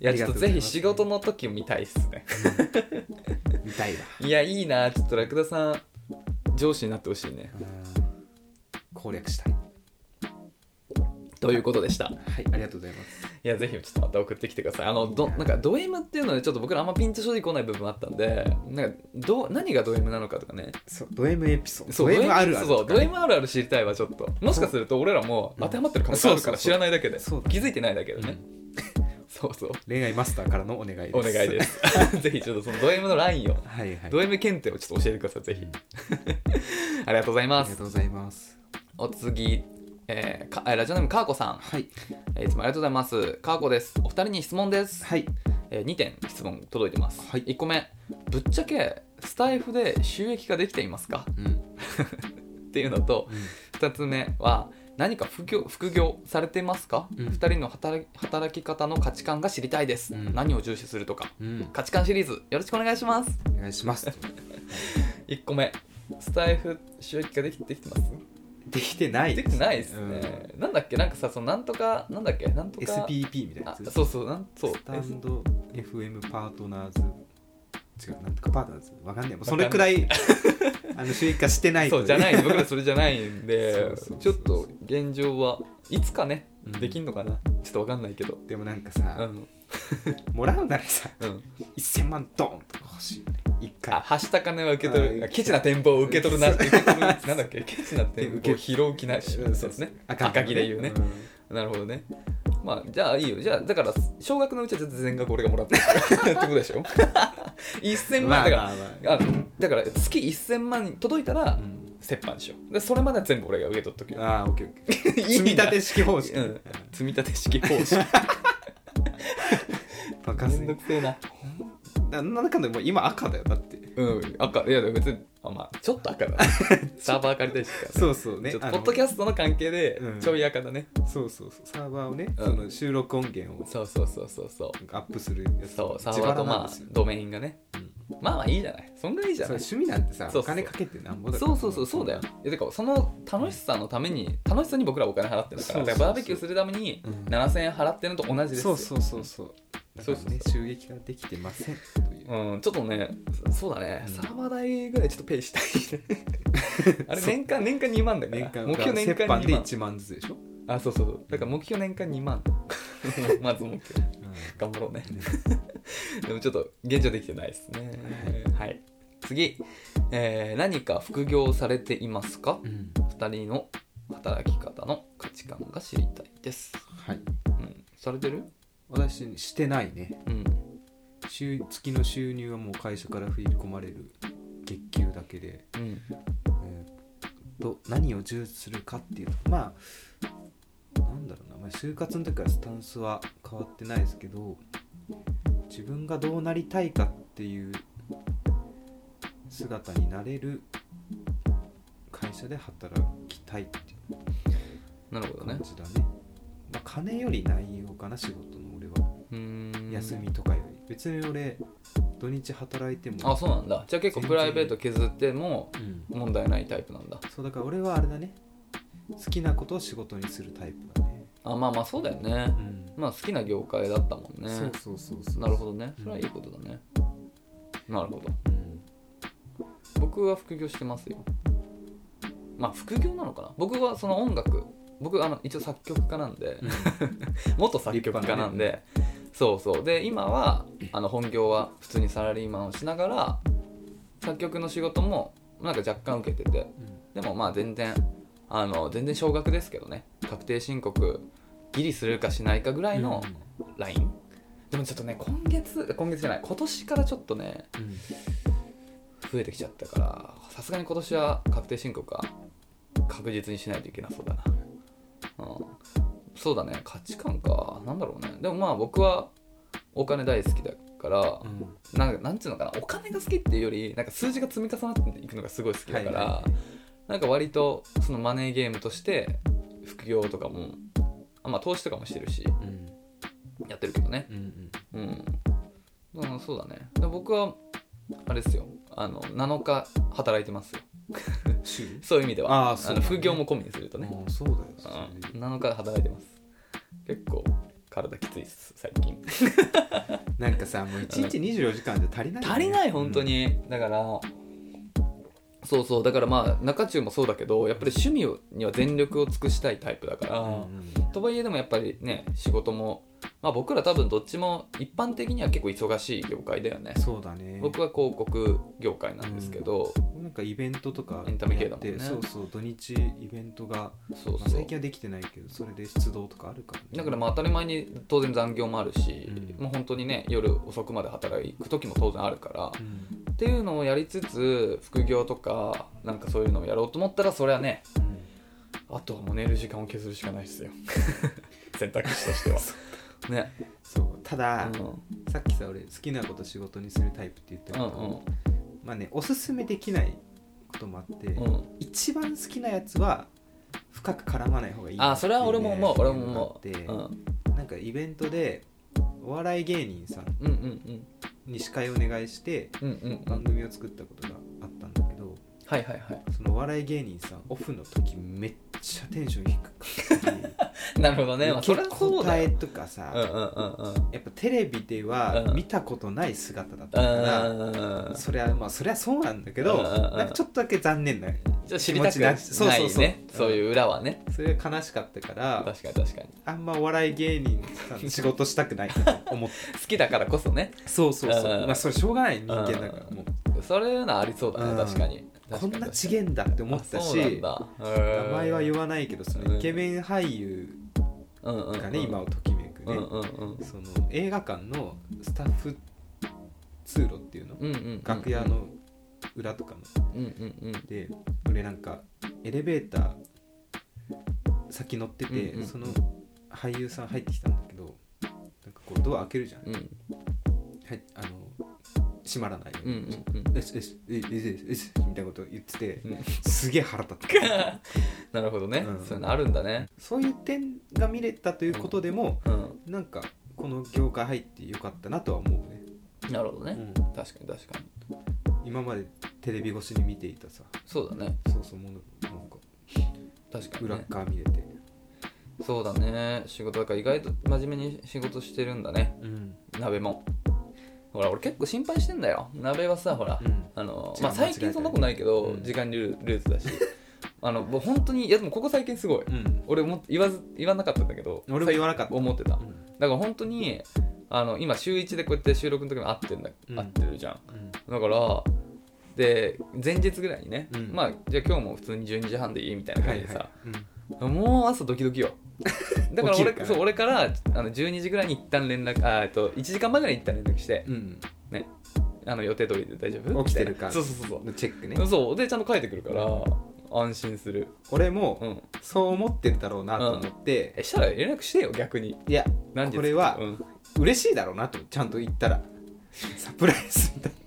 [SPEAKER 2] いやちょっとぜひ仕事の時見たいっすね
[SPEAKER 1] 見たいわ
[SPEAKER 2] いやいいなちょっとラクダさん上司になってほしいね
[SPEAKER 1] うん攻略したい
[SPEAKER 2] ということでしたい
[SPEAKER 1] はいありがとうございます
[SPEAKER 2] やぜひちょっとまた送ってきてくださいあのどなんかド M っていうのでちょっと僕らあんまピンと正直来ない部分あったんでなんかど何がド M なのかとかね
[SPEAKER 1] そうド M エピソード
[SPEAKER 2] そう
[SPEAKER 1] ド M あるある
[SPEAKER 2] そうそうド M あるある知りたいわちょっともしかすると俺らも当てはまってる可能性あるから知らないだけ
[SPEAKER 1] そ
[SPEAKER 2] で
[SPEAKER 1] うそうそうそうだね
[SPEAKER 2] 気づいてないだけでね、そうそう
[SPEAKER 1] 恋愛マスターからのお願いです
[SPEAKER 2] お願いです
[SPEAKER 1] *laughs*
[SPEAKER 2] すぜひちょっとそのド M のラインを
[SPEAKER 1] はいはい
[SPEAKER 2] ド M 検定をちょっと教えてくださいぜひ *laughs* ありがとうござい
[SPEAKER 1] あ
[SPEAKER 2] ま
[SPEAKER 1] りが
[SPEAKER 2] す
[SPEAKER 1] とうございます
[SPEAKER 2] お次、えーかえーラジオネームかーこさん
[SPEAKER 1] はい
[SPEAKER 2] えーいつもありがとうございます。かーこです。お二人に質問です。
[SPEAKER 1] はい
[SPEAKER 2] えー2点質問届いてます、
[SPEAKER 1] はい
[SPEAKER 2] 1個目ぶっちゃけスタイフで収益化できていますか
[SPEAKER 1] うん
[SPEAKER 2] っていうのと2つ目は何か副業副業されてますか、
[SPEAKER 1] う
[SPEAKER 2] 二
[SPEAKER 1] ん
[SPEAKER 2] 2人の働き働き方の価値観が知りたいです、
[SPEAKER 1] うん
[SPEAKER 2] 何を重視するとか
[SPEAKER 1] うん、うん
[SPEAKER 2] 価値観シリーズよろしくお願いします
[SPEAKER 1] お願いします
[SPEAKER 2] 1個目スタイフ収益化できできてます
[SPEAKER 1] できてない
[SPEAKER 2] できてないですね、なんだっけなんかさそのなんとかなんだっけなんと
[SPEAKER 1] うん、
[SPEAKER 2] か
[SPEAKER 1] SPP みたいな
[SPEAKER 2] あ
[SPEAKER 1] やつ
[SPEAKER 2] そうそうなんそう
[SPEAKER 1] スタンド FM パートナーズ違うなんとかパートナーズわかんないもうそれくらいあの収益化してないと
[SPEAKER 2] そうじゃない僕らそれじゃないんで
[SPEAKER 1] *laughs* そうそう
[SPEAKER 2] ち
[SPEAKER 1] そ
[SPEAKER 2] ょ
[SPEAKER 1] う
[SPEAKER 2] っ
[SPEAKER 1] そう
[SPEAKER 2] と現状はいつかね
[SPEAKER 1] うん
[SPEAKER 2] できんのかな、ちょっとわかんないけど
[SPEAKER 1] でもなんか
[SPEAKER 2] う
[SPEAKER 1] さ、
[SPEAKER 2] ん
[SPEAKER 1] もらうならさ
[SPEAKER 2] うん
[SPEAKER 1] 1000万ドーンとか欲しいよね一回
[SPEAKER 2] あはした金は受け取
[SPEAKER 1] あ
[SPEAKER 2] るケチな展望を受け取るな
[SPEAKER 1] そう
[SPEAKER 2] 受け取るなんだっけケチな展望を拾う気なし
[SPEAKER 1] うん
[SPEAKER 2] そうですね赤
[SPEAKER 1] 赤
[SPEAKER 2] 木で言うね、なるほどねまあじゃあいいよじゃあだから少額のうちは絶対全額俺がも
[SPEAKER 1] *laughs*
[SPEAKER 2] らってるってことでしょ
[SPEAKER 1] う
[SPEAKER 2] 1000
[SPEAKER 1] ん、
[SPEAKER 2] 万
[SPEAKER 1] まあ
[SPEAKER 2] だか
[SPEAKER 1] ま
[SPEAKER 2] ら
[SPEAKER 1] あまあ
[SPEAKER 2] あだから月1000万届いたら
[SPEAKER 1] うん
[SPEAKER 2] 折半しようでそれまでは全部俺が受け取っとくよ
[SPEAKER 1] あーオッケーオッケ
[SPEAKER 2] い
[SPEAKER 1] ー *laughs*
[SPEAKER 2] いな
[SPEAKER 1] 積み立て式方式、
[SPEAKER 2] うん積み立て式方
[SPEAKER 1] *laughs*
[SPEAKER 2] 式
[SPEAKER 1] バカ
[SPEAKER 2] め
[SPEAKER 1] す
[SPEAKER 2] ん
[SPEAKER 1] ぎ
[SPEAKER 2] どくせえな
[SPEAKER 1] ななんだかんだもう今赤だよだって
[SPEAKER 2] うん赤いやでも別にあまあちょっと
[SPEAKER 1] *laughs*
[SPEAKER 2] 赤だなサーバー借りたりしてるから
[SPEAKER 1] そうそうね
[SPEAKER 2] ちょっ
[SPEAKER 1] あ
[SPEAKER 2] と
[SPEAKER 1] の
[SPEAKER 2] ポッドキャストの関係で
[SPEAKER 1] うん
[SPEAKER 2] ちょい赤だね、
[SPEAKER 1] そうそうそうサーバーをね、
[SPEAKER 2] うん
[SPEAKER 1] その収録音源を
[SPEAKER 2] そうそうそうそうそう
[SPEAKER 1] アップするやつ
[SPEAKER 2] そうサー
[SPEAKER 1] 自
[SPEAKER 2] バー
[SPEAKER 1] 腹
[SPEAKER 2] と
[SPEAKER 1] なんで
[SPEAKER 2] まあ
[SPEAKER 1] すよ
[SPEAKER 2] ドメインがね
[SPEAKER 1] うん
[SPEAKER 2] まあまあいいじゃないそんぐらいいいじゃ
[SPEAKER 1] そ
[SPEAKER 2] な
[SPEAKER 1] う
[SPEAKER 2] い
[SPEAKER 1] 趣味なんてさ
[SPEAKER 2] そうそう
[SPEAKER 1] お金かけてなんぼだ
[SPEAKER 2] そうそうそうそうだよ、いやてかその楽しさのために楽しさに僕らお金払ってるから
[SPEAKER 1] そうそうそう
[SPEAKER 2] だからバーベキューするために
[SPEAKER 1] うん
[SPEAKER 2] 7000円払ってるのと同じです
[SPEAKER 1] そ
[SPEAKER 2] よ
[SPEAKER 1] うそうそうそうだから
[SPEAKER 2] そうそう
[SPEAKER 1] ね収益ができてませんという
[SPEAKER 2] うん、ちょっとね、そそうだね、
[SPEAKER 1] うん
[SPEAKER 2] サーバー代ぐらいちょっとペイしたい、ね、
[SPEAKER 1] *laughs*
[SPEAKER 2] あれ
[SPEAKER 1] そう
[SPEAKER 2] 年間、年間2万だか
[SPEAKER 1] 年
[SPEAKER 2] ら、
[SPEAKER 1] 間
[SPEAKER 2] 目標年間
[SPEAKER 1] 折半
[SPEAKER 2] 2
[SPEAKER 1] で
[SPEAKER 2] 万。
[SPEAKER 1] 1万ずつでしょ、
[SPEAKER 2] あ、そうそうそう、だから目標年間2万。
[SPEAKER 1] *laughs*
[SPEAKER 2] まず目標、頑張ろうね。でもちょっと現状できてないですね。はい。次、えー何か副業されていますか
[SPEAKER 1] うんうん
[SPEAKER 2] 二人の働き方の価値観が知りたいです。
[SPEAKER 1] はい
[SPEAKER 2] うん。されてる
[SPEAKER 1] 私してないね
[SPEAKER 2] うん。
[SPEAKER 1] 週月の収入はもう会社から振り込まれる月給だけで、
[SPEAKER 2] うん。
[SPEAKER 1] えーと何を重視するかっていうとまあなんだろうな、まあ、就活の時からスタンスは変わってないですけど自分がどうなりたいかっていう姿になれる会社で働きたいってい
[SPEAKER 2] なるほ
[SPEAKER 1] う
[SPEAKER 2] ど
[SPEAKER 1] 感
[SPEAKER 2] ね。
[SPEAKER 1] じだね、まあ、金より内容かな仕事の俺は
[SPEAKER 2] うーん。
[SPEAKER 1] 休みとかより別に俺土日働いても
[SPEAKER 2] あそうなんだじゃあ結構プライベート削っても
[SPEAKER 1] うん
[SPEAKER 2] 問題ないタイプなんだ
[SPEAKER 1] そうだから俺はあれだね好きなことを仕事にするタイプだね
[SPEAKER 2] あまあまあそうだよね
[SPEAKER 1] うん
[SPEAKER 2] まあ好きな業界だったもんね
[SPEAKER 1] そうそうそうそう
[SPEAKER 2] なるほどねそれはいいことだねなるほど
[SPEAKER 1] うん
[SPEAKER 2] 僕は副業してますよまあ副業なのかな僕はその音楽僕あの一応作曲家なんで、 *laughs* 元作曲家なんで、そうそうで今はあの本業は普通にサラリーマンをしながら作曲の仕事もなんか若干受けててでもまあ全然あの全然少額ですけどね確定申告ギリするかしないかぐらいのライン、でもちょっとね今月今月じゃない今年からちょっとね
[SPEAKER 1] うんうん
[SPEAKER 2] 増えてきちゃったからさすがに今年は確定申告は確実にしないといけなそうだな、うん、そうだね価値観かなんだろうねでもまあ僕はお金大好きだから、
[SPEAKER 1] うん
[SPEAKER 2] なんかなんていうのかなお金が好きっていうよりなんか数字が積み重なっていくのがすごい好きだから、
[SPEAKER 1] はいはいは
[SPEAKER 2] なんか割とそのマネーゲームとして副業とかもあまあ投資とかもしてるし
[SPEAKER 1] うん
[SPEAKER 2] やってるけどね
[SPEAKER 1] うんうん
[SPEAKER 2] うん、うん、そうだねで僕はあれですよあの7日働いてますよ
[SPEAKER 1] 週
[SPEAKER 2] そういう意味では
[SPEAKER 1] あーそうだ
[SPEAKER 2] の
[SPEAKER 1] ね
[SPEAKER 2] 副業も込みにするとね、
[SPEAKER 1] ああそうだよそれ
[SPEAKER 2] うん、7日働いてます結構体きついっす最近
[SPEAKER 1] なんかさもう1日24時間じゃ足りないよね
[SPEAKER 2] 足りない本当に、だからそうそうだからまあ中中もそうだけどやっぱり趣味をには全力を尽くしたいタイプだから、
[SPEAKER 1] うんうん
[SPEAKER 2] とはいえでもやっぱりね仕事も、まあ、僕ら多分どっちも一般的には結構忙しい業界だよね
[SPEAKER 1] そうだね
[SPEAKER 2] 僕は広告業界なんですけど、
[SPEAKER 1] なんかイベントとか
[SPEAKER 2] エンタメ系だもんね
[SPEAKER 1] やってそうそう土日イベントが
[SPEAKER 2] そう
[SPEAKER 1] まあ
[SPEAKER 2] そう
[SPEAKER 1] 最近はできてないけどそれで出動とかあるからね
[SPEAKER 2] だからまあ当たり前に当然残業もあるし、
[SPEAKER 1] うん
[SPEAKER 2] もう本当にね夜遅くまで働く時も当然あるから、
[SPEAKER 1] うん
[SPEAKER 2] っていうのをやりつつ副業とかなんかそういうのをやろうと思ったらそれはね
[SPEAKER 1] うん
[SPEAKER 2] あとは
[SPEAKER 1] *laughs*
[SPEAKER 2] もう寝る時間を削るしかないですよ選択肢としてはね
[SPEAKER 1] そうただ、
[SPEAKER 2] う
[SPEAKER 1] さっきさ俺好きなこと仕事にするタイプって言ったけ
[SPEAKER 2] ん
[SPEAKER 1] ど、
[SPEAKER 2] うん
[SPEAKER 1] まあねおすすめできないこともあって、
[SPEAKER 2] うんうん
[SPEAKER 1] 一番好きなやつは深く絡まない方がいいな
[SPEAKER 2] あ
[SPEAKER 1] ってい
[SPEAKER 2] それは俺も思う俺も
[SPEAKER 1] 思
[SPEAKER 2] 思
[SPEAKER 1] っ
[SPEAKER 2] う
[SPEAKER 1] て
[SPEAKER 2] うんうん
[SPEAKER 1] なんかイベントでお笑い芸人さん
[SPEAKER 2] うんうん
[SPEAKER 1] に司会お願いして
[SPEAKER 2] うんうんう
[SPEAKER 1] 番
[SPEAKER 2] ん
[SPEAKER 1] 組を作ったことがあったんだけど
[SPEAKER 2] はいはいは
[SPEAKER 1] そのお笑い芸人さんオフの時めっちゃテンション低くかっ
[SPEAKER 2] いなるほど
[SPEAKER 1] た
[SPEAKER 2] *laughs* ね
[SPEAKER 1] り
[SPEAKER 2] まあそれはそうだ
[SPEAKER 1] 答え
[SPEAKER 2] よ
[SPEAKER 1] とか
[SPEAKER 2] うんうん
[SPEAKER 1] さ
[SPEAKER 2] うん
[SPEAKER 1] やっぱテレビでは見たことない姿だったから
[SPEAKER 2] うんうん
[SPEAKER 1] そりゃまあそりゃそうなんだけど
[SPEAKER 2] うんうんうん
[SPEAKER 1] なんかちょっとだけ残念だね
[SPEAKER 2] じゃ知りたくないね
[SPEAKER 1] 気持ちなそうそうそう
[SPEAKER 2] そういう裏はね
[SPEAKER 1] それが悲しかったから
[SPEAKER 2] 確かに確かに
[SPEAKER 1] あんまお笑い芸人さんと仕事したくないなと思って
[SPEAKER 2] 好きだからこそね
[SPEAKER 1] そうそうそう、
[SPEAKER 2] うん
[SPEAKER 1] まあそれしょうがない人間だから
[SPEAKER 2] うん
[SPEAKER 1] もう
[SPEAKER 2] それいうのはありそうだ
[SPEAKER 1] うん
[SPEAKER 2] ね確かに確かに
[SPEAKER 1] こんなち
[SPEAKER 2] っ
[SPEAKER 1] げんだって思ったし名
[SPEAKER 2] 名
[SPEAKER 1] 前は言
[SPEAKER 2] わ
[SPEAKER 1] わないけどそ
[SPEAKER 2] うん
[SPEAKER 1] のイケメン俳優がね今をときめく
[SPEAKER 2] うん
[SPEAKER 1] ね
[SPEAKER 2] うんうん
[SPEAKER 1] その映画館のスタッフ通路っていうの
[SPEAKER 2] うんうん
[SPEAKER 1] 楽屋の裏とかの
[SPEAKER 2] うんうんうん
[SPEAKER 1] で俺なんかエレベーター先乗って
[SPEAKER 2] うんう
[SPEAKER 1] て
[SPEAKER 2] ん
[SPEAKER 1] その俳優さん入ってきたんだけどなんかこうドア開けるじゃん
[SPEAKER 2] うん
[SPEAKER 1] はいあの閉まらないよう
[SPEAKER 2] うんう
[SPEAKER 1] に
[SPEAKER 2] んうん
[SPEAKER 1] よしよしよしよしよしみたいなこと言ってて、
[SPEAKER 2] うん
[SPEAKER 1] すげえ腹立
[SPEAKER 2] *laughs*
[SPEAKER 1] った
[SPEAKER 2] なるほどね、
[SPEAKER 1] うん
[SPEAKER 2] そういうのあるんだね
[SPEAKER 1] そういう点が見れたということでも、
[SPEAKER 2] うん
[SPEAKER 1] なんかこの業界入ってよかったなとは思うね、
[SPEAKER 2] なるほどね、
[SPEAKER 1] うん
[SPEAKER 2] 確かに確かに
[SPEAKER 1] 今までテレビ越しに見ていたさ
[SPEAKER 2] そうだね
[SPEAKER 1] そうそうものなんか
[SPEAKER 2] 確かに、
[SPEAKER 1] 裏
[SPEAKER 2] ね
[SPEAKER 1] っ、側見れて、
[SPEAKER 2] そうだね仕事だから意外と真面目に仕事してるんだね
[SPEAKER 1] うん
[SPEAKER 2] 鍋もほら俺結構心配してんだよ鍋はさほら、
[SPEAKER 1] うん
[SPEAKER 2] あの
[SPEAKER 1] 時間
[SPEAKER 2] まあ、最近そんなことないけど、
[SPEAKER 1] 間違えたりねうん
[SPEAKER 2] 時間ルールーズだしあのもう本当にいやでもここ最近すごい
[SPEAKER 1] うん
[SPEAKER 2] 俺も言わず言わなかったんだけど
[SPEAKER 1] 俺も言わなかった
[SPEAKER 2] 思ってた、
[SPEAKER 1] う
[SPEAKER 2] だ
[SPEAKER 1] ん
[SPEAKER 2] から本当にあの今週1でこうやって収録の時も会ってんだ、
[SPEAKER 1] うん
[SPEAKER 2] 会ってるじゃん
[SPEAKER 1] うん
[SPEAKER 2] だからで前日ぐらいにね、
[SPEAKER 1] うん
[SPEAKER 2] まあじゃあ今日も普通に12時半でいいみたいな
[SPEAKER 1] は
[SPEAKER 2] 感
[SPEAKER 1] い
[SPEAKER 2] じでさ、
[SPEAKER 1] はい、うん
[SPEAKER 2] もう朝ドキドキよ
[SPEAKER 1] *laughs*
[SPEAKER 2] だから
[SPEAKER 1] 起き
[SPEAKER 2] 俺
[SPEAKER 1] るから
[SPEAKER 2] そう俺からあの12時ぐらいに一旦連絡あえっと1時間前ぐらいに一旦連絡して、
[SPEAKER 1] うん
[SPEAKER 2] ねあの予定通りで大丈夫
[SPEAKER 1] 起きてるか
[SPEAKER 2] みたいなそうそうそう
[SPEAKER 1] のチェックね
[SPEAKER 2] そうそうでちゃんと書いてくるから安心する
[SPEAKER 1] 俺も、
[SPEAKER 2] うん
[SPEAKER 1] そう思ってるだろうなと思って、
[SPEAKER 2] えしたら連絡してよ逆に
[SPEAKER 1] いや
[SPEAKER 2] 何時
[SPEAKER 1] これは
[SPEAKER 2] うん
[SPEAKER 1] 嬉しいだろうなとちゃんと言ったらサプライズみたいな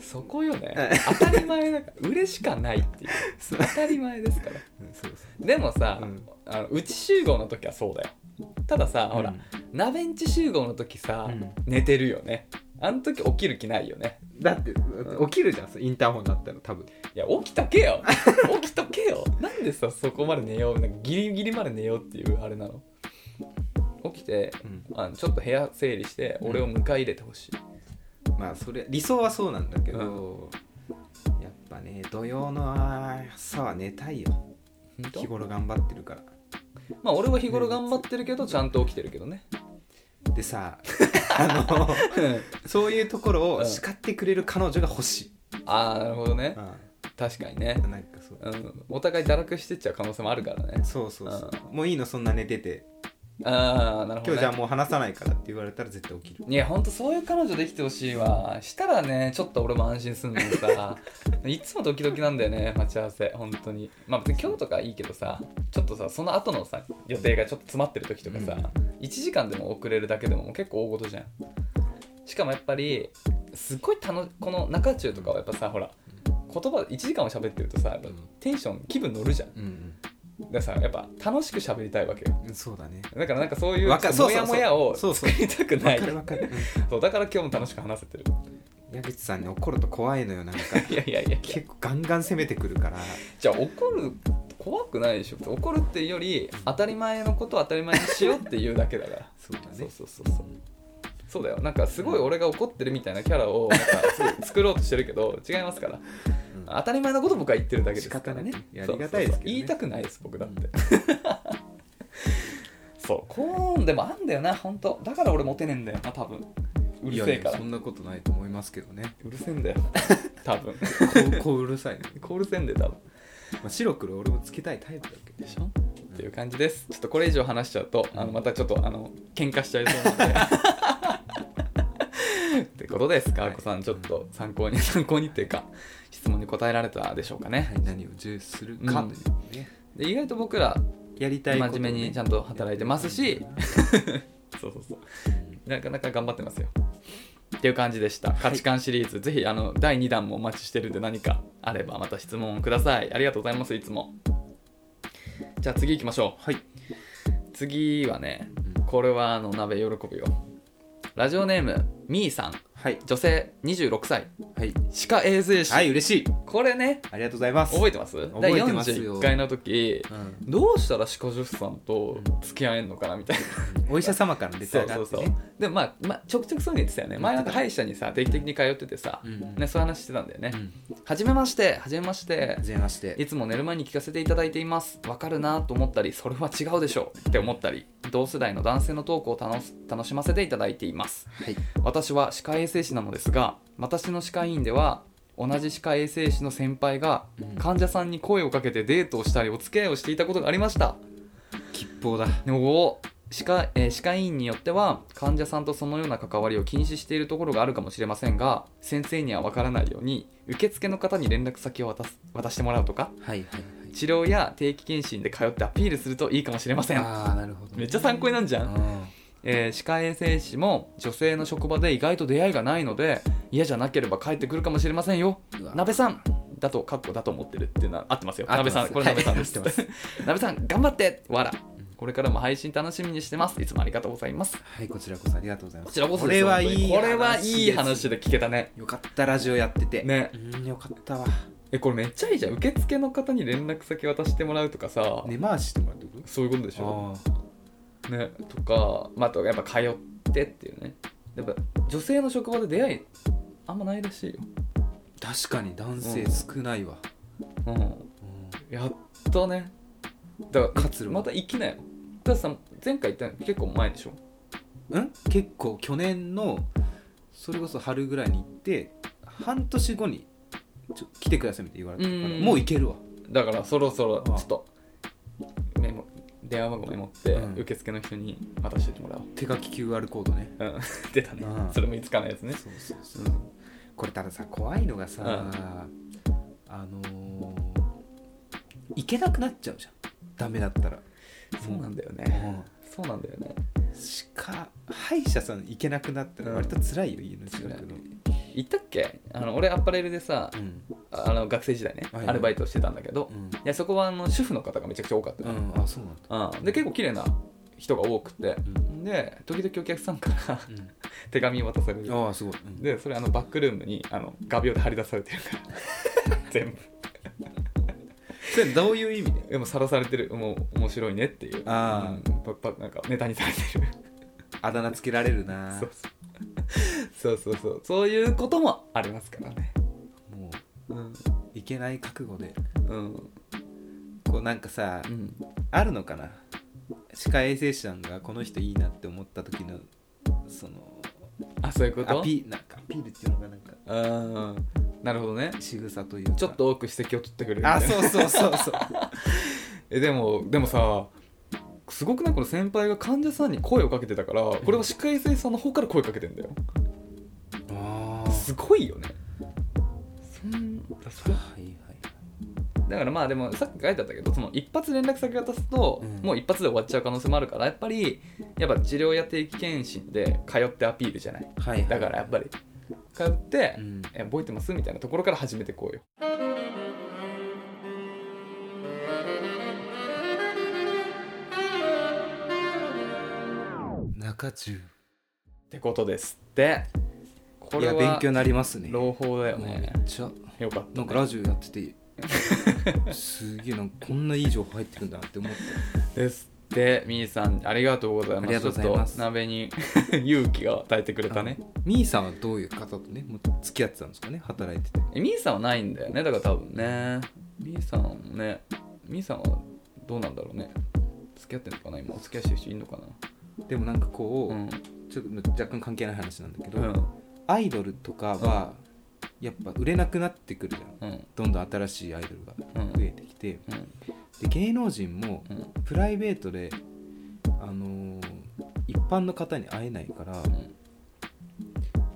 [SPEAKER 2] そこよね
[SPEAKER 1] う
[SPEAKER 2] 当たり前だから嬉しかないっていう
[SPEAKER 1] そう
[SPEAKER 2] 当たり前ですから
[SPEAKER 1] うんそうそ
[SPEAKER 2] でもさ、
[SPEAKER 1] うん
[SPEAKER 2] あのうち集合の時はそうだよたださ、
[SPEAKER 1] う
[SPEAKER 2] ほら鍋んち集合の時さ、
[SPEAKER 1] うん
[SPEAKER 2] 寝てるよねあの時起きる気ないよね
[SPEAKER 1] だって起きるじゃんインターホンだったら多分
[SPEAKER 2] いや起きとけよ *laughs* 起きとけよなんでさそこまで寝ようなんかギリギリまで寝ようっていうあれなの起きて
[SPEAKER 1] うん
[SPEAKER 2] あのちょっと部屋整理して俺を迎え入れてほしい、
[SPEAKER 1] まあそれ理想はそうなんだけど、やっぱね土曜の朝は寝たいよ
[SPEAKER 2] 本当
[SPEAKER 1] 日頃頑張ってるから
[SPEAKER 2] まあ俺は日頃頑張ってるけどちゃんと起きてるけどね
[SPEAKER 1] でさ *laughs* あのそういうところ
[SPEAKER 2] う
[SPEAKER 1] を
[SPEAKER 2] ん
[SPEAKER 1] 叱ってくれる彼女が欲しい、
[SPEAKER 2] *laughs* ああなるほどね
[SPEAKER 1] う
[SPEAKER 2] 確かにね、
[SPEAKER 1] ん、なんかそう
[SPEAKER 2] うん、お互い堕落してっちゃう可能性もあるからね
[SPEAKER 1] そうそうそう、もういいのそんな寝てて
[SPEAKER 2] ああなるほど、ね、
[SPEAKER 1] 今日じゃあもう話さないからって言われたら絶対起きる
[SPEAKER 2] いやほんとそういう彼女できてほしいわしたらねちょっと俺も安心すんのに
[SPEAKER 1] *laughs*
[SPEAKER 2] さいつもドキドキなんだよね待ち合わせ本当にまあ別に今日とかいいけどさちょっとさその後のさ予定がちょっと詰まってる時とかさ、1時間でも遅れるだけでももう結構大事じゃんしかもやっぱりすっごい楽この中中とかはやっぱさほら言葉1時間も喋ってるとさやっぱ
[SPEAKER 1] うん
[SPEAKER 2] テンション気分乗るじゃん
[SPEAKER 1] うん、
[SPEAKER 2] だからさやっぱ楽しく喋りたいわけよ
[SPEAKER 1] うん、そうだね
[SPEAKER 2] だからなんかそういう
[SPEAKER 1] わか
[SPEAKER 2] ちょっ
[SPEAKER 1] そ
[SPEAKER 2] と
[SPEAKER 1] う
[SPEAKER 2] モ
[SPEAKER 1] そう
[SPEAKER 2] ヤ
[SPEAKER 1] そう
[SPEAKER 2] モヤを
[SPEAKER 1] そう
[SPEAKER 2] 作
[SPEAKER 1] そう
[SPEAKER 2] りたくな
[SPEAKER 1] わ
[SPEAKER 2] い
[SPEAKER 1] かるわかる、
[SPEAKER 2] そうだから今日も楽しく話せてる
[SPEAKER 1] うん、矢口さんに怒ると怖いのよなんか
[SPEAKER 2] *laughs* いやいやいや
[SPEAKER 1] 結構ガンガン攻めてくるから
[SPEAKER 2] じゃあ怒る怖くないでしょ怒るっていうより当たり前のことを当たり前にしようっていうだけだから
[SPEAKER 1] *laughs* そうだね
[SPEAKER 2] そうそうそうそうそうだよなんかすごい俺が怒ってるみたいなキャラをなんかすぐ作ろうとしてるけど違いますから
[SPEAKER 1] うん
[SPEAKER 2] 当たり前のこと僕は言ってるだけですから
[SPEAKER 1] 仕
[SPEAKER 2] ね
[SPEAKER 1] 方ないねありがたいですけどね
[SPEAKER 2] そうそうそう言いたくないです僕だって *laughs* そうコーンでもあんだよな本当だから俺モテねえんだよな多分うるせえか
[SPEAKER 1] いやいや
[SPEAKER 2] ら
[SPEAKER 1] そんなことないと思いますけど
[SPEAKER 2] *laughs*
[SPEAKER 1] ね
[SPEAKER 2] うるせえんだよ
[SPEAKER 1] *laughs*
[SPEAKER 2] 多分
[SPEAKER 1] こうこううるさいね、
[SPEAKER 2] コールせんで多分
[SPEAKER 1] まあ、白黒俺もつけたいタイプだけど
[SPEAKER 2] でしょっていう感じですちょっとこれ以上話しちゃうとあのまたちょっとあの喧嘩しちゃいそうなのでってことです川子さんちょっと参考に参考にっていうか質問に答えられたでしょうかね、
[SPEAKER 1] はい、何を重視するかというね、
[SPEAKER 2] で意外と僕ら
[SPEAKER 1] やりたい
[SPEAKER 2] 真
[SPEAKER 1] ことをね
[SPEAKER 2] 面目にちゃんと働いてますしそうそうそうなかなか頑張ってますよっていう感じでした価値観シリーズ、ぜひあの第2弾もお待ちしてるんで何かあればまた質問くださいありがとうございますいつもじゃあ次行きましょう
[SPEAKER 1] はい
[SPEAKER 2] 次はねこれはあの鍋喜ぶよラジオネームみーさん
[SPEAKER 1] はい
[SPEAKER 2] 女性26歳
[SPEAKER 1] はい
[SPEAKER 2] 歯科衛生士、
[SPEAKER 1] はい嬉しい
[SPEAKER 2] これね
[SPEAKER 1] ありがとうございます
[SPEAKER 2] 覚えてます
[SPEAKER 1] 覚えてます
[SPEAKER 2] 第
[SPEAKER 1] よ
[SPEAKER 2] 41回の時
[SPEAKER 1] うん
[SPEAKER 2] どうしたら歯科助手さんと付き合えんのかなみたいな
[SPEAKER 1] お医者様から出
[SPEAKER 2] そ
[SPEAKER 1] た
[SPEAKER 2] う
[SPEAKER 1] が
[SPEAKER 2] そう
[SPEAKER 1] って
[SPEAKER 2] そう
[SPEAKER 1] ね
[SPEAKER 2] でもまあ、まあ、ちょくちょくそういうの言ってたよね前なんか歯医者にさ定期的に通っててさ、
[SPEAKER 1] うんうん
[SPEAKER 2] ね、そういう話してたんだよね
[SPEAKER 1] う、ん
[SPEAKER 2] はじめましてはじめまして
[SPEAKER 1] はじめまして
[SPEAKER 2] いつも寝る前に聞かせていただいていますわかるなと思ったりそれは違うでしょうって思ったり同世代の男性のトークを楽し楽しませていただいています
[SPEAKER 1] はい
[SPEAKER 2] 私は歯科衛生士なのですが私の歯科医院では同じ歯科衛生士の先輩が
[SPEAKER 1] うん
[SPEAKER 2] 患者さんに声をかけてデートをしたりお付き合いをしていたことがありました
[SPEAKER 1] 吉報だ
[SPEAKER 2] でも歯科,、えー歯科医院によっては患者さんとそのような関わりを禁止しているところがあるかもしれませんが先生には分からないように受付の方に連絡先を渡す渡してもらうとか
[SPEAKER 1] はいはいはい
[SPEAKER 2] 治療や定期検診で通ってアピールするといいかもしれません
[SPEAKER 1] ああなるほど
[SPEAKER 2] めっちゃ参考になるじゃん、
[SPEAKER 1] うん
[SPEAKER 2] えー歯科衛生士も女性の職場で意外と出会いがないので嫌じゃなければ帰ってくるかもしれませんよ
[SPEAKER 1] うわ
[SPEAKER 2] 鍋さんだとカッコだと思ってるっていうのは合ってますよ
[SPEAKER 1] 合って
[SPEAKER 2] 鍋
[SPEAKER 1] ます
[SPEAKER 2] さんこれ鍋さんです、
[SPEAKER 1] はい合って
[SPEAKER 2] *laughs* 鍋さん頑張ってわらこれからも配信楽しみにしてますいつもありがとうございます
[SPEAKER 1] はいこちらこそありがとうございま
[SPEAKER 2] こ
[SPEAKER 1] す
[SPEAKER 2] ちらこそです
[SPEAKER 1] れはいい
[SPEAKER 2] 本当にこれはいい
[SPEAKER 1] です
[SPEAKER 2] 話で聞けたね
[SPEAKER 1] よかったラジオやってて
[SPEAKER 2] ね
[SPEAKER 1] うんよかったわ
[SPEAKER 2] えこれめっちゃいいじゃん受付の方に連絡先渡してもらうとかさ、
[SPEAKER 1] 根回ししてもらうってこ
[SPEAKER 2] そういうことでしょ
[SPEAKER 1] とあ
[SPEAKER 2] ね、とか、まあ、あとやっぱ通ってっていうねやっぱ女性の職場で出会いあんまないらしいよ、
[SPEAKER 1] あ確かに男性少ないわ
[SPEAKER 2] うん、
[SPEAKER 1] うん
[SPEAKER 2] やっとねだから
[SPEAKER 1] 活路
[SPEAKER 2] また行きなよだってさ前回行ったの結構前でしょ
[SPEAKER 1] うん結構去年のそれこそ春ぐらいに行って半年後にちょ来てくださいみたいに言われたから
[SPEAKER 2] うん
[SPEAKER 1] もう行けるわ
[SPEAKER 2] だからそろそろち
[SPEAKER 1] あ
[SPEAKER 2] ょっとメモ電話番号メモって、
[SPEAKER 1] うん
[SPEAKER 2] 受付の人に渡しててもらおう
[SPEAKER 1] 手書き QR コードね
[SPEAKER 2] うん *laughs* 出たね
[SPEAKER 1] うん
[SPEAKER 2] それもいつかのやつね
[SPEAKER 1] そうそうそう、これたださ怖いのがさ、
[SPEAKER 2] うん
[SPEAKER 1] あのー行けなくなっちゃうじゃんダメだったら、
[SPEAKER 2] そうなんだよ
[SPEAKER 1] う
[SPEAKER 2] ね
[SPEAKER 1] ん、
[SPEAKER 2] そうなんだよね
[SPEAKER 1] しか歯医者さん行けなくなったら割と辛いよ、家の近くの、
[SPEAKER 2] 行ったっけあの俺アパレルでさ
[SPEAKER 1] うん
[SPEAKER 2] あの学生時代ね、
[SPEAKER 1] はいはい
[SPEAKER 2] アルバイトしてたんだけど、
[SPEAKER 1] うん
[SPEAKER 2] いやそこはあの主婦の方がめちゃくちゃ多かった
[SPEAKER 1] う
[SPEAKER 2] の、
[SPEAKER 1] んあそうなんだ
[SPEAKER 2] うん、で結構綺麗な人が多くて、
[SPEAKER 1] ん
[SPEAKER 2] で時々お客さんから *laughs* 手紙渡され
[SPEAKER 1] う
[SPEAKER 2] る
[SPEAKER 1] ん、ああすごい、うん
[SPEAKER 2] でそれあのバックルームにあの画鋲で貼り出されてるから全部
[SPEAKER 1] それどういう意味で
[SPEAKER 2] でもさらされてるもう面白いねっていう
[SPEAKER 1] あ
[SPEAKER 2] うんばばなんかネタにされてる
[SPEAKER 1] あだ名つけられるな
[SPEAKER 2] そうそうそうそうそうそういうこともありますからね
[SPEAKER 1] も
[SPEAKER 2] うん、
[SPEAKER 1] ういけない覚悟で
[SPEAKER 2] うん
[SPEAKER 1] こうなんかさ、
[SPEAKER 2] うん、
[SPEAKER 1] あるのかな歯科衛生士さんがこの人いいなって思った時のその
[SPEAKER 2] あそういうこと
[SPEAKER 1] アピなんかアピールっていうのがなんか
[SPEAKER 2] うんなるほどね
[SPEAKER 1] 仕草というか
[SPEAKER 2] ちょっと多く指摘を取ってくれるみたい
[SPEAKER 1] あ
[SPEAKER 2] な
[SPEAKER 1] そうそうそう
[SPEAKER 2] *laughs*
[SPEAKER 1] そう
[SPEAKER 2] えでもでもさすごくないこの先輩が患者さんに声をかけてたからこれは歯科衛生士さんの方から声かけてんだよ
[SPEAKER 1] あ
[SPEAKER 2] すごいよねそんだそれ
[SPEAKER 1] はいはい
[SPEAKER 2] だからまあでもさっき書いてあったけどその一発連絡先渡すと、
[SPEAKER 1] うん
[SPEAKER 2] もう一発で終わっちゃう可能性もあるからやっぱりやっぱ治療や定期検診で通ってアピールじゃない
[SPEAKER 1] はいはい
[SPEAKER 2] だからやっぱり通って、
[SPEAKER 1] うん
[SPEAKER 2] え覚えてますみたいなところから始めてこうよ
[SPEAKER 1] 中中
[SPEAKER 2] ってことですってこ
[SPEAKER 1] い
[SPEAKER 2] れ
[SPEAKER 1] や
[SPEAKER 2] は
[SPEAKER 1] 勉強になりますね
[SPEAKER 2] 朗報だよ
[SPEAKER 1] め
[SPEAKER 2] ね
[SPEAKER 1] っちゃ
[SPEAKER 2] よかった
[SPEAKER 1] なんかラジオやっててすげえなんかこんないい情報入ってくんだなって思った
[SPEAKER 2] ですってみーさんありがとうございます
[SPEAKER 1] ありがとうございます
[SPEAKER 2] ちょっと鍋に *laughs* 勇気が与えてくれたね
[SPEAKER 1] みーさんはどういう方とねもう付き合ってたんですかね働いてて
[SPEAKER 2] えみーさんはないんだよねだから多分ねみーさんもねみーさんはどうなんだろうね付き合ってんのかな今お付き合いしてる人いるのか
[SPEAKER 1] でもなんか
[SPEAKER 2] な
[SPEAKER 1] こう、
[SPEAKER 2] うん
[SPEAKER 1] ちょっと若干関係ない話なんだけど、
[SPEAKER 2] うん
[SPEAKER 1] アイドルとかはやっぱ売れなくなってくるじゃん
[SPEAKER 2] うん
[SPEAKER 1] どんどん新しいアイドルが
[SPEAKER 2] うん
[SPEAKER 1] 増えてきて、
[SPEAKER 2] うん
[SPEAKER 1] で芸能人も
[SPEAKER 2] うん
[SPEAKER 1] プライベートで、あのー一般の方に会えないから、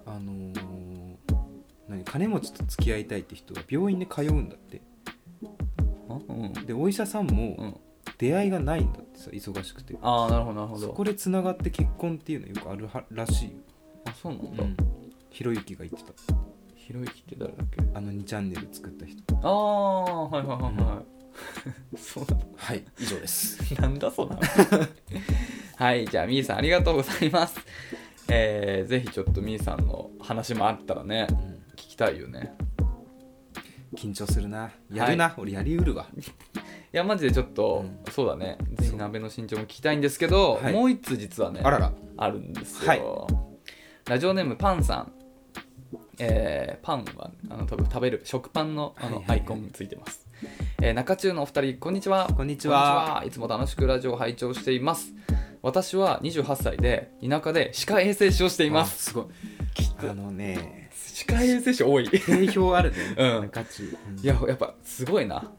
[SPEAKER 1] あのー何金持ちと付き合いたいって人は病院で通うんだって
[SPEAKER 2] うんうん
[SPEAKER 1] でお医者さん
[SPEAKER 2] う
[SPEAKER 1] も
[SPEAKER 2] ん
[SPEAKER 1] 出会いがないんだって、ってさ忙しくて
[SPEAKER 2] ああなるほどなるほ
[SPEAKER 1] そ
[SPEAKER 2] ど
[SPEAKER 1] こでつながって結婚っていうのよくあるはらしいよ、
[SPEAKER 2] あそうなんだ、
[SPEAKER 1] ひろゆきが言ってた
[SPEAKER 2] ひろゆきって誰だっけ
[SPEAKER 1] あの2チャンネル作った人
[SPEAKER 2] ああはいはいはいはい、 *laughs* そうなんだ
[SPEAKER 1] はい以上です
[SPEAKER 2] なんだ *laughs* そうなはいじゃあみーさんありがとうございますえー、ぜひちょっとみーさんの話もあったらね
[SPEAKER 1] うん
[SPEAKER 2] 聞きたいよね
[SPEAKER 1] 緊張するなやるな、俺やりうるわ
[SPEAKER 2] いやマジでちょっと、
[SPEAKER 1] う
[SPEAKER 2] そうだねぜひ鍋の身長も聞きたいんですけど、
[SPEAKER 1] はい
[SPEAKER 2] もう一つ実はね
[SPEAKER 1] あらら
[SPEAKER 2] あるんですよ、
[SPEAKER 1] はい
[SPEAKER 2] ラジオネームパンさんえーパンはあの多分食べる食パンのあ
[SPEAKER 1] は
[SPEAKER 2] の
[SPEAKER 1] いは
[SPEAKER 2] ア
[SPEAKER 1] いはい
[SPEAKER 2] イコンについてます、えー中中のお二人こんにちは
[SPEAKER 1] こんにちは
[SPEAKER 2] こんにちいつも楽しくラジオを拝聴しています私は28歳で田舎で歯科衛生士をしていま
[SPEAKER 1] あ
[SPEAKER 2] す
[SPEAKER 1] すごい
[SPEAKER 2] き
[SPEAKER 1] あのね
[SPEAKER 2] 歯科衛生士多いい
[SPEAKER 1] 定評あるね、
[SPEAKER 2] うん
[SPEAKER 1] ガチ、うん
[SPEAKER 2] ややっぱすごいな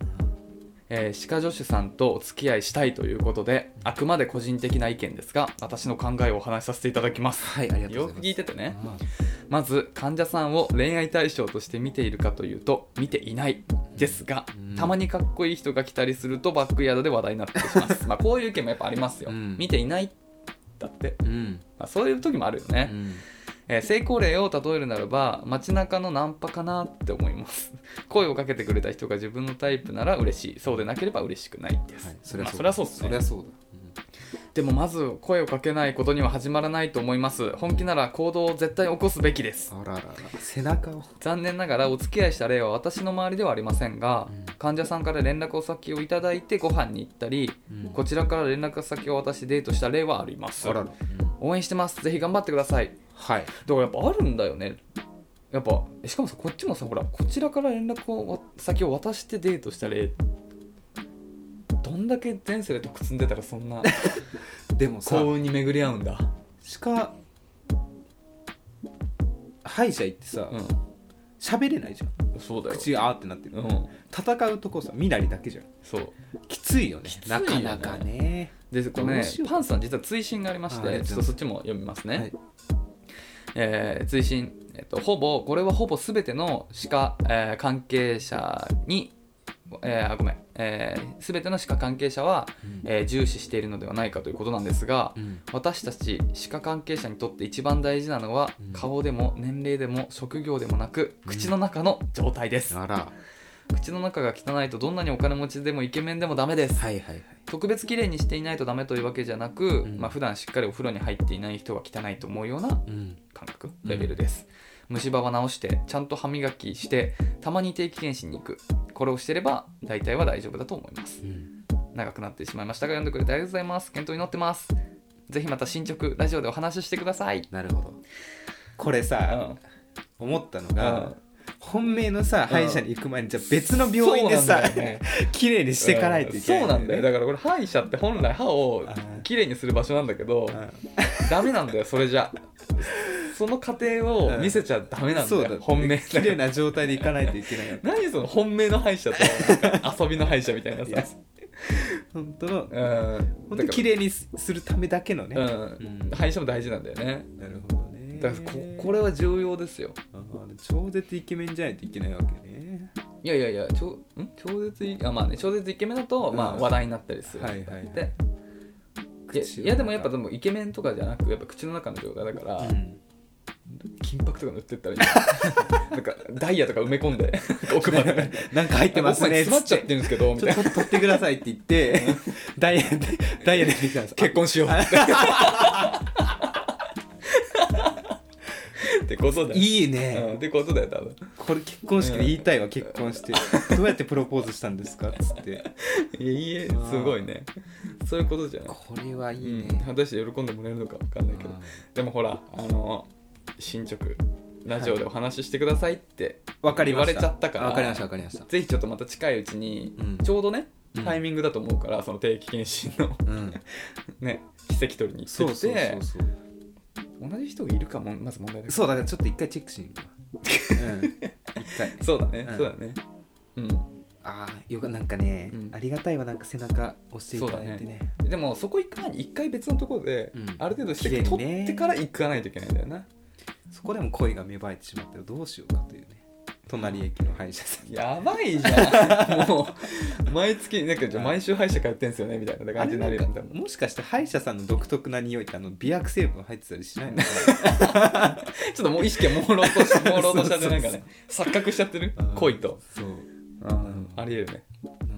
[SPEAKER 2] えー歯科助手さんとお付き合いしたいということであくまで個人的な意見ですが私の考えをお話しさせていただきます
[SPEAKER 1] はいありがとう
[SPEAKER 2] よ
[SPEAKER 1] ございます
[SPEAKER 2] く聞いててね
[SPEAKER 1] あ
[SPEAKER 2] まず患者さんを恋愛対象として見ているかというと見ていないですが、
[SPEAKER 1] うん
[SPEAKER 2] たまにかっこいい人が来たりするとバックヤードで話題になったりしま
[SPEAKER 1] *laughs*
[SPEAKER 2] すまあこういう意見もやっぱありますよ、
[SPEAKER 1] うん
[SPEAKER 2] 見ていないだって、
[SPEAKER 1] うん、
[SPEAKER 2] まあ、そういう時もあるよ
[SPEAKER 1] う
[SPEAKER 2] ね、
[SPEAKER 1] ん、
[SPEAKER 2] えー成功例を例えるならば街中のナンパかなって思います *laughs* 声をかけてくれた人が自分のタイプなら嬉しいそうでなければ嬉しくないです、
[SPEAKER 1] はいそれ
[SPEAKER 2] ま
[SPEAKER 1] はそうだ、
[SPEAKER 2] あそれはそうですね
[SPEAKER 1] それはそうだ、
[SPEAKER 2] でもまず声をかけないことには始まらないと思います本気なら行動を絶対起こすべきです
[SPEAKER 1] うん、あららら背中を
[SPEAKER 2] 残念ながらお付き合いした例は私の周りではありませんが、
[SPEAKER 1] うん
[SPEAKER 2] 患者さんから連絡を先をいただいてご飯に行ったり、
[SPEAKER 1] うん
[SPEAKER 2] こちらから連絡先を渡してデートした例はあります
[SPEAKER 1] あらら、うん
[SPEAKER 2] 応援してますぜひ頑張ってください
[SPEAKER 1] はい
[SPEAKER 2] だからやっぱあるんだよねやっぱしかもさこっちもさほらこちらから連絡をわ先を渡してデートした例どんだけ前世で得積んでたらそ
[SPEAKER 1] *laughs*
[SPEAKER 2] んな
[SPEAKER 1] でもさ
[SPEAKER 2] 幸運に巡り合うんだ
[SPEAKER 1] 歯科歯医者行ってさ
[SPEAKER 2] うん
[SPEAKER 1] 喋、れないじゃん
[SPEAKER 2] そうだよ
[SPEAKER 1] 口あーってなってる、
[SPEAKER 2] うん
[SPEAKER 1] 戦うとこさ身なりだけじゃん
[SPEAKER 2] そう
[SPEAKER 1] きついよね
[SPEAKER 2] きつい
[SPEAKER 1] な
[SPEAKER 2] よね
[SPEAKER 1] かなかね
[SPEAKER 2] でこれ
[SPEAKER 1] ど
[SPEAKER 2] ね
[SPEAKER 1] うしよう
[SPEAKER 2] パンさん実は追伸がありまし
[SPEAKER 1] ああり
[SPEAKER 2] て
[SPEAKER 1] が
[SPEAKER 2] ち
[SPEAKER 1] とう
[SPEAKER 2] ょ
[SPEAKER 1] ご
[SPEAKER 2] っ
[SPEAKER 1] ざいま
[SPEAKER 2] と
[SPEAKER 1] す
[SPEAKER 2] そっちも読みますね、
[SPEAKER 1] はい
[SPEAKER 2] えー追伸、えっと、ほぼこれはほぼ全ての歯科、えー関係者に、えーあごめん、えー全ての歯科関係者は、えー重視しているのではないかということなんですが、
[SPEAKER 1] うん
[SPEAKER 2] 私たち歯科関係者にとって一番大事なのは、
[SPEAKER 1] うん
[SPEAKER 2] 顔でも年齢でも職業でもなく口の中の状態です、
[SPEAKER 1] あら
[SPEAKER 2] 口の中が汚いとどんなにお金持ちでもイケメンでもダメです
[SPEAKER 1] はいはいはい
[SPEAKER 2] 特別綺麗にしていないとダメというわけじゃなく、
[SPEAKER 1] ん
[SPEAKER 2] まあ普段しっかりお風呂に入っていない人が汚いと思うような
[SPEAKER 1] うん
[SPEAKER 2] 感覚
[SPEAKER 1] うん
[SPEAKER 2] レベルです、虫歯は直してちゃんと歯磨きしてたまに定期検診に行くこれをしてれば大体は大丈夫だと思います
[SPEAKER 1] うん
[SPEAKER 2] 長くなってしまいましたが読んでくれてありがとうございます検討に乗ってますぜひまた進捗ラジオでお話ししてください
[SPEAKER 1] なるほどこれ
[SPEAKER 2] う
[SPEAKER 1] さ、
[SPEAKER 2] ん
[SPEAKER 1] 思ったの
[SPEAKER 2] う
[SPEAKER 1] が
[SPEAKER 2] ん
[SPEAKER 1] 本命のさ
[SPEAKER 2] ん
[SPEAKER 1] 歯医者に行く前にじゃあ別の病院でさ
[SPEAKER 2] そうなんだよね
[SPEAKER 1] 綺麗にしていかないといけない
[SPEAKER 2] そうなんだよ
[SPEAKER 1] よね
[SPEAKER 2] だからこれ歯医者って本来歯を
[SPEAKER 1] うん
[SPEAKER 2] きれいにする場所なんだけど、ダメなんだよそれじゃその過程を見せちゃダメ
[SPEAKER 1] う
[SPEAKER 2] なんんだ
[SPEAKER 1] そ
[SPEAKER 2] よ、
[SPEAKER 1] うだ
[SPEAKER 2] 本命
[SPEAKER 1] 綺麗な状態で行かないといけないよね
[SPEAKER 2] 何その本命の歯医者となんか遊びの歯医者みたいない
[SPEAKER 1] や
[SPEAKER 2] さ
[SPEAKER 1] 本当の
[SPEAKER 2] うん
[SPEAKER 1] 本当に綺麗にすするためだけのね、
[SPEAKER 2] だからうん
[SPEAKER 1] うん
[SPEAKER 2] 歯医者も大事なんだよね
[SPEAKER 1] なるほどね
[SPEAKER 2] だからここれは重要ですよ
[SPEAKER 1] あー超絶イケメンじゃないといけないわけね
[SPEAKER 2] いやいやいや超ん超絶いあまあね超絶イケメンだと、まあ、
[SPEAKER 1] うん
[SPEAKER 2] 話題になったりする、
[SPEAKER 1] はいはいはい
[SPEAKER 2] でいや
[SPEAKER 1] 口の中
[SPEAKER 2] いやでもやっぱでもイケメンとかじゃなくやっぱ口の中の状態だから、
[SPEAKER 1] うん
[SPEAKER 2] 金箔とか塗ってったらいいななんか *laughs* ダイヤとか埋め込ん
[SPEAKER 1] *laughs*
[SPEAKER 2] で奥まで
[SPEAKER 1] なんか入ってますね
[SPEAKER 2] 奥まで詰まっちゃってるんですけどみ
[SPEAKER 1] ち
[SPEAKER 2] たい
[SPEAKER 1] ょっ
[SPEAKER 2] な
[SPEAKER 1] と取ってくださいって言
[SPEAKER 2] *laughs*
[SPEAKER 1] ってダイヤでダイヤで見たんです
[SPEAKER 2] 結
[SPEAKER 1] *laughs*
[SPEAKER 2] 婚しようってことだよ
[SPEAKER 1] いい
[SPEAKER 2] うん、
[SPEAKER 1] ね、
[SPEAKER 2] ってことだよ多分
[SPEAKER 1] これ結婚式で言いたいわ結婚してどうやってプロポーズしたんですかっつって
[SPEAKER 2] いやいいえ
[SPEAKER 1] ー
[SPEAKER 2] すごいねそういうことじゃない
[SPEAKER 1] これはいい
[SPEAKER 2] うん、
[SPEAKER 1] ね、
[SPEAKER 2] 果たして喜んでもらえるのか分かんないけど
[SPEAKER 1] あ
[SPEAKER 2] でもほらあの進捗ラジオでお話ししてくださいって、
[SPEAKER 1] わかりました
[SPEAKER 2] 言われちゃったから
[SPEAKER 1] わかりましたわかりました
[SPEAKER 2] ぜひちょっとまた近いうちに、
[SPEAKER 1] うん
[SPEAKER 2] ちょうどね
[SPEAKER 1] うん
[SPEAKER 2] タイミングだと思うから、その定期検診の
[SPEAKER 1] うん
[SPEAKER 2] ね奇跡取りに行
[SPEAKER 1] そう
[SPEAKER 2] ってき
[SPEAKER 1] そう
[SPEAKER 2] て
[SPEAKER 1] そうそう
[SPEAKER 2] 同じ人がいるかもまず問題だけど
[SPEAKER 1] そうだからちょっと一回チェックしに行くわうん
[SPEAKER 2] *laughs*
[SPEAKER 1] 一回
[SPEAKER 2] そうだね、
[SPEAKER 1] うん
[SPEAKER 2] そうだねうん
[SPEAKER 1] ああよかなんかね、
[SPEAKER 2] うん
[SPEAKER 1] ありがたいわなんか背中押していただいてね
[SPEAKER 2] でもそこ行く前に一回別のところで、
[SPEAKER 1] うん
[SPEAKER 2] ある程度して
[SPEAKER 1] 綺麗にね
[SPEAKER 2] 取ってから行かないといけないんだよな
[SPEAKER 1] そこでも恋が芽生えてしまったらどうしようかというね隣駅の歯医者さん
[SPEAKER 2] やばいじ
[SPEAKER 1] *laughs*
[SPEAKER 2] ゃんもう毎月なんかじゃあ毎週歯医者通ってんすよねみたいな
[SPEAKER 1] あ
[SPEAKER 2] 感
[SPEAKER 1] れ
[SPEAKER 2] じにな
[SPEAKER 1] な
[SPEAKER 2] る
[SPEAKER 1] ん
[SPEAKER 2] よね
[SPEAKER 1] か
[SPEAKER 2] 多分
[SPEAKER 1] もしかして歯医者さんの独特な匂いってあの美薬成分入ってたりしない
[SPEAKER 2] *laughs*
[SPEAKER 1] の
[SPEAKER 2] ちょっともう意識が朦朧とし朦朧としちゃってなんか
[SPEAKER 1] そうそう
[SPEAKER 2] ね錯覚しちゃってる恋と
[SPEAKER 1] そう
[SPEAKER 2] うんありえるね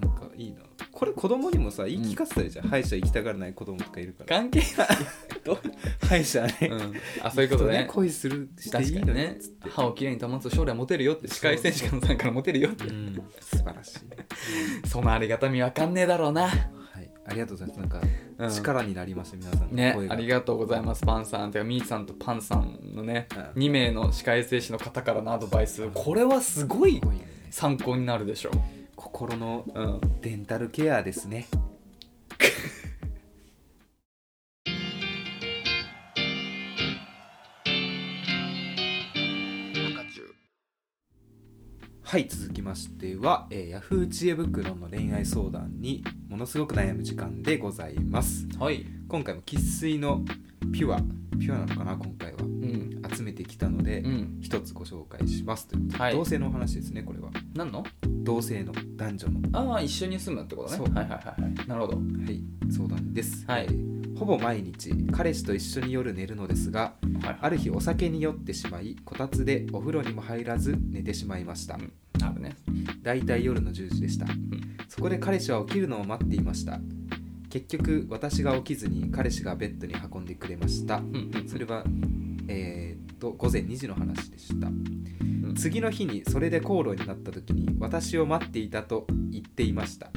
[SPEAKER 1] なんかいいなこれ子供にもさ言い聞かせたりじゃん、歯医者行きたがらない子供とかいるから
[SPEAKER 2] 関係ないどう
[SPEAKER 1] 歯医者ね、
[SPEAKER 2] うんあそういうことね
[SPEAKER 1] 恋するしてい
[SPEAKER 2] 確
[SPEAKER 1] い
[SPEAKER 2] か
[SPEAKER 1] のね
[SPEAKER 2] にね歯をきれいに保つと将来モテるよって歯科医選手さんからモテるよって
[SPEAKER 1] うん素晴らしい、
[SPEAKER 2] そのありがたみわかんねえだろうな
[SPEAKER 1] はい、ありがとうございますなんか、
[SPEAKER 2] うん
[SPEAKER 1] 力になりました皆さんの
[SPEAKER 2] ね
[SPEAKER 1] 声
[SPEAKER 2] あ
[SPEAKER 1] が、
[SPEAKER 2] りがとうございますパンさんてかみーさんとパンさんのね
[SPEAKER 1] うん
[SPEAKER 2] 2名の歯科衛生士の方からのアドバイスこれはすごい
[SPEAKER 1] すごいよね
[SPEAKER 2] 参考になるでしょ
[SPEAKER 1] 心の
[SPEAKER 2] う、うん、
[SPEAKER 1] デンタルケアですねはい続きましては、えー、ヤフー知恵袋の恋愛相談にものすごく悩む時間でございます
[SPEAKER 2] はい、
[SPEAKER 1] 今回も生粋のピュアピュアなのかな今回は
[SPEAKER 2] うん
[SPEAKER 1] 集めてきたので
[SPEAKER 2] うん、
[SPEAKER 1] 一つご紹介しますということで
[SPEAKER 2] はい
[SPEAKER 1] 同性のお話ですねこれは
[SPEAKER 2] 何の
[SPEAKER 1] 同性の男女の、
[SPEAKER 2] ああ一緒に住むってことね
[SPEAKER 1] そう
[SPEAKER 2] はいはいはいはいなるほど
[SPEAKER 1] はい、相談です、
[SPEAKER 2] はい
[SPEAKER 1] えーほぼ毎日彼氏と一緒に夜寝るのですが
[SPEAKER 2] はい
[SPEAKER 1] ある日お酒に酔ってしまいこたつでお風呂にも入らず寝てしまいました
[SPEAKER 2] うんあるね
[SPEAKER 1] だいたい夜の10時でした、
[SPEAKER 2] ん
[SPEAKER 1] そこで彼氏は起きるのを待っていました結局私が起きずに彼氏がベッドに運んでくれました
[SPEAKER 2] うんうん
[SPEAKER 1] それはえーっと午前2時の話でした、
[SPEAKER 2] ん
[SPEAKER 1] 次の日にそれで口論になった時に私を待っていたと言っていました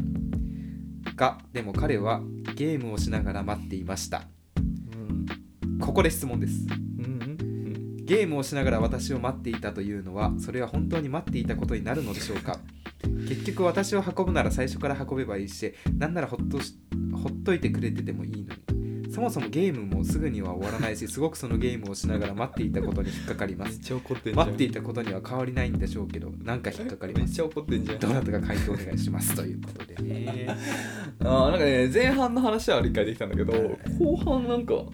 [SPEAKER 1] がでも彼はゲームをしながら待っていました
[SPEAKER 2] うん
[SPEAKER 1] ここで質問です
[SPEAKER 2] うんうん
[SPEAKER 1] ゲームをしながら私を待っていたというのはそれは本当に待っていたことになるのでしょうか結局私を運ぶなら最初から運べばいいしなんならほっとしほっといてくれててもいいのにそもそもゲームもすぐには終わらないしすごくそのゲームをしながら待っていたことに引っかかりま
[SPEAKER 2] め
[SPEAKER 1] す
[SPEAKER 2] っちゃ怒ってんじゃん
[SPEAKER 1] 待っていたことには変わりないんでしょうけどなんか引っかかり
[SPEAKER 2] めっ
[SPEAKER 1] ます
[SPEAKER 2] ちゃ怒ってんじゃん
[SPEAKER 1] どなたか回答お願いしますということでね
[SPEAKER 2] *laughs* あーなんかね前半の話は理解できたんだけど後半なんかど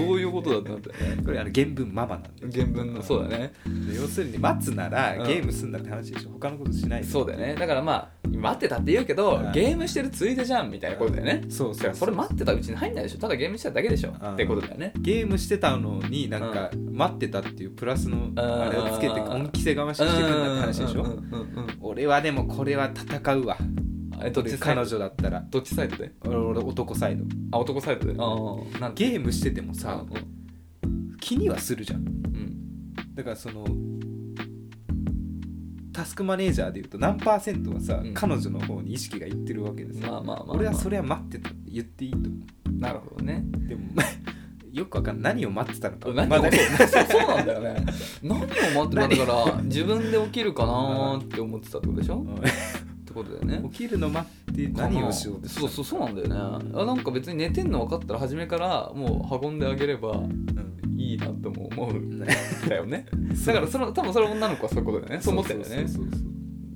[SPEAKER 2] ういうことだってなって
[SPEAKER 1] これあの原文ママなんで
[SPEAKER 2] 原文のそうだね
[SPEAKER 1] 要するに待つなら
[SPEAKER 2] うん
[SPEAKER 1] ゲームすんだって話でしょ他のことしないで
[SPEAKER 2] そうだよねだからまあ待ってたって言うけど
[SPEAKER 1] うん
[SPEAKER 2] ゲームしてるついでじゃんみたいなことだよね
[SPEAKER 1] そう
[SPEAKER 2] だ
[SPEAKER 1] そ
[SPEAKER 2] か
[SPEAKER 1] う
[SPEAKER 2] らそれ待ってたうちに入んないでしょただゲームしてただけでしょ
[SPEAKER 1] うん
[SPEAKER 2] ってことだよね
[SPEAKER 1] ゲームしてたのになんか待ってたっていうプラスのあれをつけて
[SPEAKER 2] うん
[SPEAKER 1] 恩着せがましくしてくるんだって話でし
[SPEAKER 2] うんう
[SPEAKER 1] ょ
[SPEAKER 2] んうんうん
[SPEAKER 1] 俺はでもこれは戦うわ
[SPEAKER 2] えどっちサイ
[SPEAKER 1] 彼
[SPEAKER 2] ド
[SPEAKER 1] 女だったら
[SPEAKER 2] どっちサイドで
[SPEAKER 1] 俺俺男サイド
[SPEAKER 2] あ男サイドでああなんて
[SPEAKER 1] ゲームしててもさ
[SPEAKER 2] うん
[SPEAKER 1] 気にはするじゃん
[SPEAKER 2] うん
[SPEAKER 1] だからそのタスクマネージャーでいうと何パーセントはさ、
[SPEAKER 2] うん
[SPEAKER 1] 彼女の方に意識がいってるわけですよ、
[SPEAKER 2] まあまあまあまあ
[SPEAKER 1] 俺はそれは待ってたって言っていいと思
[SPEAKER 2] なるほどね
[SPEAKER 1] うでも *laughs* よくわかんない何を待ってたのか
[SPEAKER 2] 何を
[SPEAKER 1] まだね
[SPEAKER 2] そうそうなんだよね何を待ってたんだから自分で起きるかなーって思ってたってことでしょってことだよね
[SPEAKER 1] 起きるの待って何をしようとしたの
[SPEAKER 2] そうそうそうなんだよねあなんか別に寝てんの分かったら初めからもう運んであげればいいなとも *laughs* 思うんだよねだからその多分それ女の子はそういうことだよねそう思ってるんだよね
[SPEAKER 1] そうそうそうそう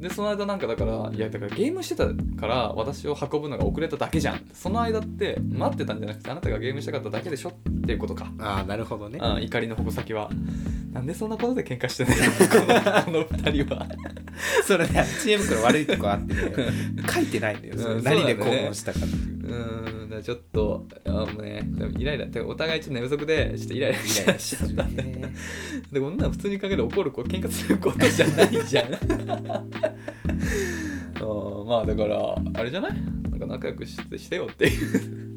[SPEAKER 2] でその間なんかだからいやだからゲームしてたから私を運ぶのが遅れただけじゃんその間って待ってたんじゃなくてあなたがゲームしたかっただけでしょっていうことか、
[SPEAKER 1] ああなるほどね
[SPEAKER 2] うん、怒りの矛先はなんでそんなことで喧嘩してん *laughs* のこのこの二人は
[SPEAKER 1] それね知恵袋悪いとこあって *laughs* ね書いてないんだよ、それ
[SPEAKER 2] うん
[SPEAKER 1] 何で
[SPEAKER 2] そ
[SPEAKER 1] 興
[SPEAKER 2] うなんだよね
[SPEAKER 1] 奮したかっていう
[SPEAKER 2] うーんだからちょっとあもうねでもイライラてかお互いちょっと寝不足でちょっとイライラしちゃしちゃ *laughs* った
[SPEAKER 1] ね
[SPEAKER 2] でこんなの普通に考える怒る子喧嘩することじゃないじゃ *laughs* んあーまあだからあれじゃないなんか仲良くしてしてよっていう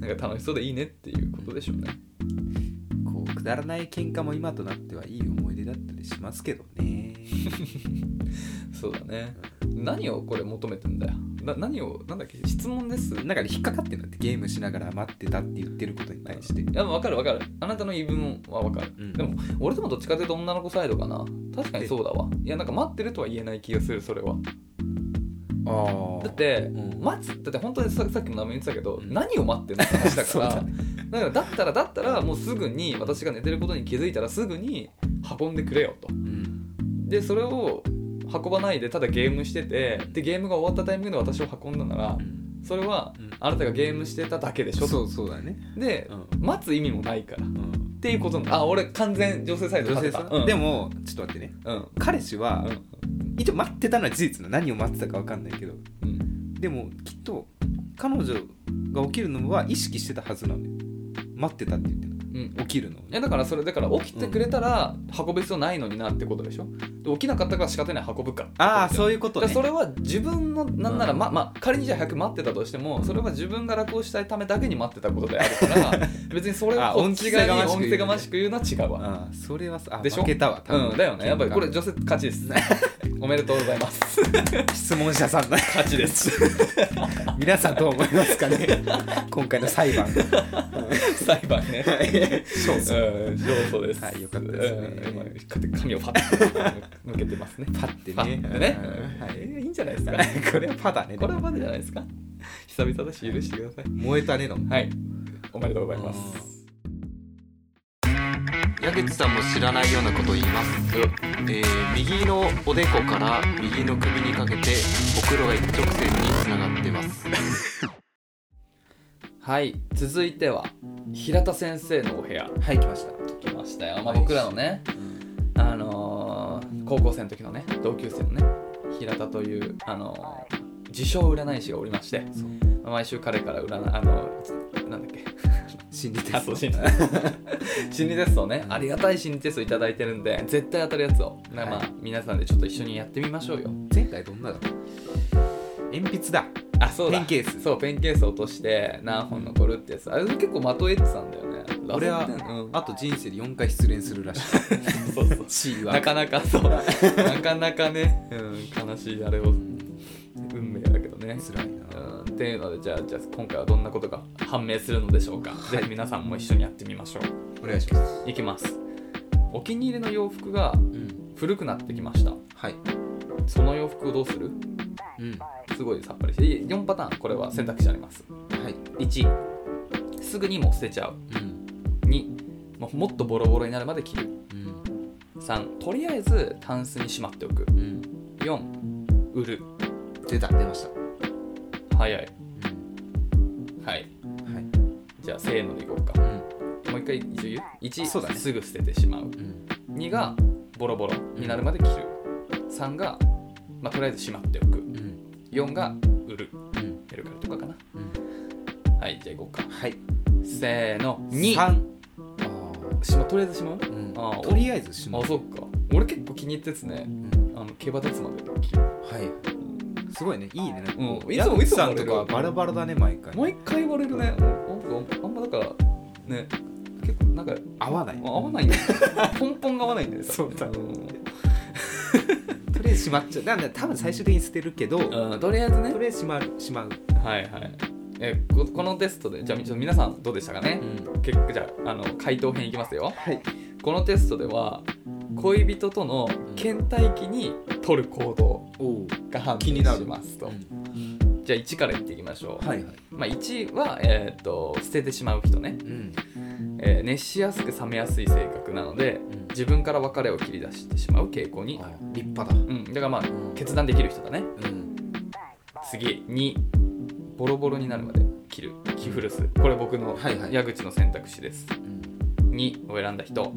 [SPEAKER 2] なんか楽しそうでいいねっていうことでしょうね
[SPEAKER 1] こうくだらない喧嘩も今となってはいい思い出だったりしますけどね
[SPEAKER 2] そうだね何をこれ求めてんだよな何をなんだっけ質問です
[SPEAKER 1] なんかね引っかかってんだってゲームしながら待ってたって言ってることに対して
[SPEAKER 2] いや分かる分かるあなたの言い分は分かる、
[SPEAKER 1] うん
[SPEAKER 2] でも俺ともどっちかというと女の子サイドかな確かにそうだわいやなんか待ってるとは言えない気がするそれは
[SPEAKER 1] あ
[SPEAKER 2] だって、
[SPEAKER 1] うん
[SPEAKER 2] 待つだって本当にささっきも名前言ってたけど、
[SPEAKER 1] うん
[SPEAKER 2] 何を待ってんのって話だ
[SPEAKER 1] *laughs*
[SPEAKER 2] か
[SPEAKER 1] そう
[SPEAKER 2] ら
[SPEAKER 1] だ
[SPEAKER 2] だ,、からだったらだったらもうすぐに私が寝てることに気づいたらすぐに運んでくれよと
[SPEAKER 1] うん
[SPEAKER 2] でそれを運ばないでただゲームしててでゲームが終わったタイミングで私を運んだなら
[SPEAKER 1] うん
[SPEAKER 2] それは
[SPEAKER 1] うん
[SPEAKER 2] あなたがゲームしてただけでしょ
[SPEAKER 1] そ
[SPEAKER 2] と
[SPEAKER 1] うそうだね
[SPEAKER 2] で、
[SPEAKER 1] うん
[SPEAKER 2] 待つ意味もないから
[SPEAKER 1] うん
[SPEAKER 2] っていうことなあ俺完全女性サイド
[SPEAKER 1] 女性
[SPEAKER 2] 立て
[SPEAKER 1] さ
[SPEAKER 2] た、うん、
[SPEAKER 1] でもちょっと待ってね
[SPEAKER 2] うん
[SPEAKER 1] 彼氏は、
[SPEAKER 2] うん
[SPEAKER 1] 一応待ってたのは事実なの何を待ってたか分かんないけど
[SPEAKER 2] うん
[SPEAKER 1] でもきっと彼女が起きるのは意識してたはずなのよ待ってたって言ってる
[SPEAKER 2] う
[SPEAKER 1] 起
[SPEAKER 2] ん
[SPEAKER 1] きるのを
[SPEAKER 2] いやだからそれだから起きてくれたら運ぶ必要ないのになってことでしょで起きなかったから仕方ない運ぶか
[SPEAKER 1] ああ
[SPEAKER 2] う
[SPEAKER 1] そういうことね
[SPEAKER 2] それは自分のなんなら、
[SPEAKER 1] うん
[SPEAKER 2] まあまあ仮にじゃあ100待ってたとしてもそれは自分が楽をしたいためだけに待ってたことであるから *laughs* 別にそれ
[SPEAKER 1] あ
[SPEAKER 2] はこっち側に
[SPEAKER 1] 恩
[SPEAKER 2] 恩
[SPEAKER 1] 着せ
[SPEAKER 2] 着
[SPEAKER 1] が
[SPEAKER 2] が
[SPEAKER 1] ま
[SPEAKER 2] ま
[SPEAKER 1] し
[SPEAKER 2] し
[SPEAKER 1] く
[SPEAKER 2] く言うのは違うわ
[SPEAKER 1] あーそれはさあ
[SPEAKER 2] でしょ
[SPEAKER 1] 負けたわ多分
[SPEAKER 2] うんだよねやっぱりこれ
[SPEAKER 1] 喧嘩
[SPEAKER 2] 女性勝ちです *laughs* おめでとうございます *laughs*
[SPEAKER 1] 質問者さんだ
[SPEAKER 2] 勝ちです
[SPEAKER 1] *laughs* 皆さんどう思いますかね *laughs* 今回の裁判
[SPEAKER 2] 裁判ね *laughs*
[SPEAKER 1] 勝訴
[SPEAKER 2] うん勝訴です
[SPEAKER 1] はいよかったですね
[SPEAKER 2] うんまあ髪をパッと向けてますね
[SPEAKER 1] パってね
[SPEAKER 2] パッてね
[SPEAKER 1] うんはい
[SPEAKER 2] いいんじゃないですか
[SPEAKER 1] これはパだね
[SPEAKER 2] これはまだじゃないですか久々だし許してください
[SPEAKER 1] 燃えたねの
[SPEAKER 2] はいおめでとうございます
[SPEAKER 3] 矢口さんも知らないようなことを言います、えー右のおでこから右の首にかけてお風呂が一直線につながってます
[SPEAKER 2] はい続いては平田先生のお部屋
[SPEAKER 1] はい来ました
[SPEAKER 2] 来ましたよ、まあ、
[SPEAKER 1] はい
[SPEAKER 2] 僕らのねあのー高校生の時のね同級生のね平田というあのー自称占い師がおりまして
[SPEAKER 1] そう
[SPEAKER 2] 毎週彼から占いあのなんだっけ
[SPEAKER 1] 心理テ
[SPEAKER 2] あ
[SPEAKER 1] ス
[SPEAKER 2] そ
[SPEAKER 1] ト
[SPEAKER 2] う心理テスト心理テストをねありがたい心理テストいただいてるんで絶対当たるやつを、まあ
[SPEAKER 1] はい
[SPEAKER 2] 皆さんでちょっと一緒にやってみましょうよ
[SPEAKER 1] 前回どんなだった鉛筆だ
[SPEAKER 2] あそうだ
[SPEAKER 1] ペンケース
[SPEAKER 2] そうペンケース落として何本残るってやつあれ結構的を得てたんだよね
[SPEAKER 1] 俺は
[SPEAKER 2] ラストテンうん
[SPEAKER 1] あと人生で4回失恋するらしい
[SPEAKER 3] *laughs*
[SPEAKER 2] そうそう
[SPEAKER 1] 地位は
[SPEAKER 2] *laughs* なかなかそうなかなかね、うん、悲しいあれを運命だけどね
[SPEAKER 1] 辛いな
[SPEAKER 2] うんっていうのでじゃあじゃあ今回はどんなことが判明するのでしょうか、ぜひ皆さんも一緒にやってみましょ
[SPEAKER 1] お願いします
[SPEAKER 2] ういきますお気に入りの洋服が
[SPEAKER 1] うん
[SPEAKER 2] 古くなってきました
[SPEAKER 1] はい
[SPEAKER 2] その洋服をどうする
[SPEAKER 1] うん
[SPEAKER 2] すごいさっぱりして4パターンこれは選択肢あります
[SPEAKER 1] はい
[SPEAKER 2] 1すぐにもう捨てちゃう
[SPEAKER 1] うん
[SPEAKER 2] 2もうもっとボロボロになるまで着る
[SPEAKER 1] うん
[SPEAKER 2] 3とりあえずタンスにしまっておく
[SPEAKER 1] うん
[SPEAKER 2] 4売る
[SPEAKER 1] 出た出ました
[SPEAKER 2] 早いうはい
[SPEAKER 1] んはい
[SPEAKER 2] じゃあせーのでいこうかもう一回一応言う1
[SPEAKER 1] そうだね
[SPEAKER 2] すぐ捨ててしまう
[SPEAKER 1] うんうん
[SPEAKER 2] 2がボロボロになるまで着る3が、まあ、とりあえずしまっておく
[SPEAKER 1] うん
[SPEAKER 2] 4が売る
[SPEAKER 1] うん
[SPEAKER 2] メルカリとかかな
[SPEAKER 1] うん
[SPEAKER 2] はいじゃあいこうか
[SPEAKER 1] はい
[SPEAKER 2] せーの2
[SPEAKER 1] 三あ
[SPEAKER 2] しまとりあえずしまう
[SPEAKER 1] ーうん
[SPEAKER 2] あー
[SPEAKER 1] とりあえずしま
[SPEAKER 2] あ
[SPEAKER 1] う
[SPEAKER 2] そうか俺結構気に入ったやつね
[SPEAKER 1] うん
[SPEAKER 2] あの競馬立つまで着る
[SPEAKER 1] はいすごいねいいねなんかこ
[SPEAKER 2] うんいつも
[SPEAKER 1] 矢口さん
[SPEAKER 2] い
[SPEAKER 1] と
[SPEAKER 2] つも俺
[SPEAKER 1] かはバラバラだね毎回
[SPEAKER 2] 毎回言われるねなんかあんまだからね結構なんか
[SPEAKER 1] 合わない
[SPEAKER 2] 合わないんだ *laughs* よ根本が合わないんだよ
[SPEAKER 1] そうだ
[SPEAKER 2] *laughs* う
[SPEAKER 1] とりあえずしまっちゃうなんで多分最終的に捨てるけどと
[SPEAKER 2] ん、とりあえずね
[SPEAKER 1] りあえずしまうしまう
[SPEAKER 2] はいはいえここのテストでじゃあちょっと皆さんどうでしたかね、結構じゃああの回答編いきますよ
[SPEAKER 1] はい
[SPEAKER 2] このテストでは恋人との倦怠期に取る行動
[SPEAKER 1] おお
[SPEAKER 2] が判
[SPEAKER 1] 気
[SPEAKER 2] 明
[SPEAKER 1] になる
[SPEAKER 2] しますと、
[SPEAKER 1] うん
[SPEAKER 2] じゃあ1から言っていきましょう、
[SPEAKER 1] はいはい
[SPEAKER 2] まあ、1は、えーっと捨ててしまう人ね、
[SPEAKER 1] うん
[SPEAKER 2] えー熱しやすく冷めやすい性格なので
[SPEAKER 1] うん
[SPEAKER 2] 自分から別れを切り出してしまう傾向にある、
[SPEAKER 1] 立派だ
[SPEAKER 2] うん、だからまあ
[SPEAKER 1] うん
[SPEAKER 2] 決断できる人だね
[SPEAKER 1] うん
[SPEAKER 2] 次2ボロボロになるまで切る着古すこれ僕の
[SPEAKER 1] はいはい
[SPEAKER 2] 矢口の選択肢です2を選んだ人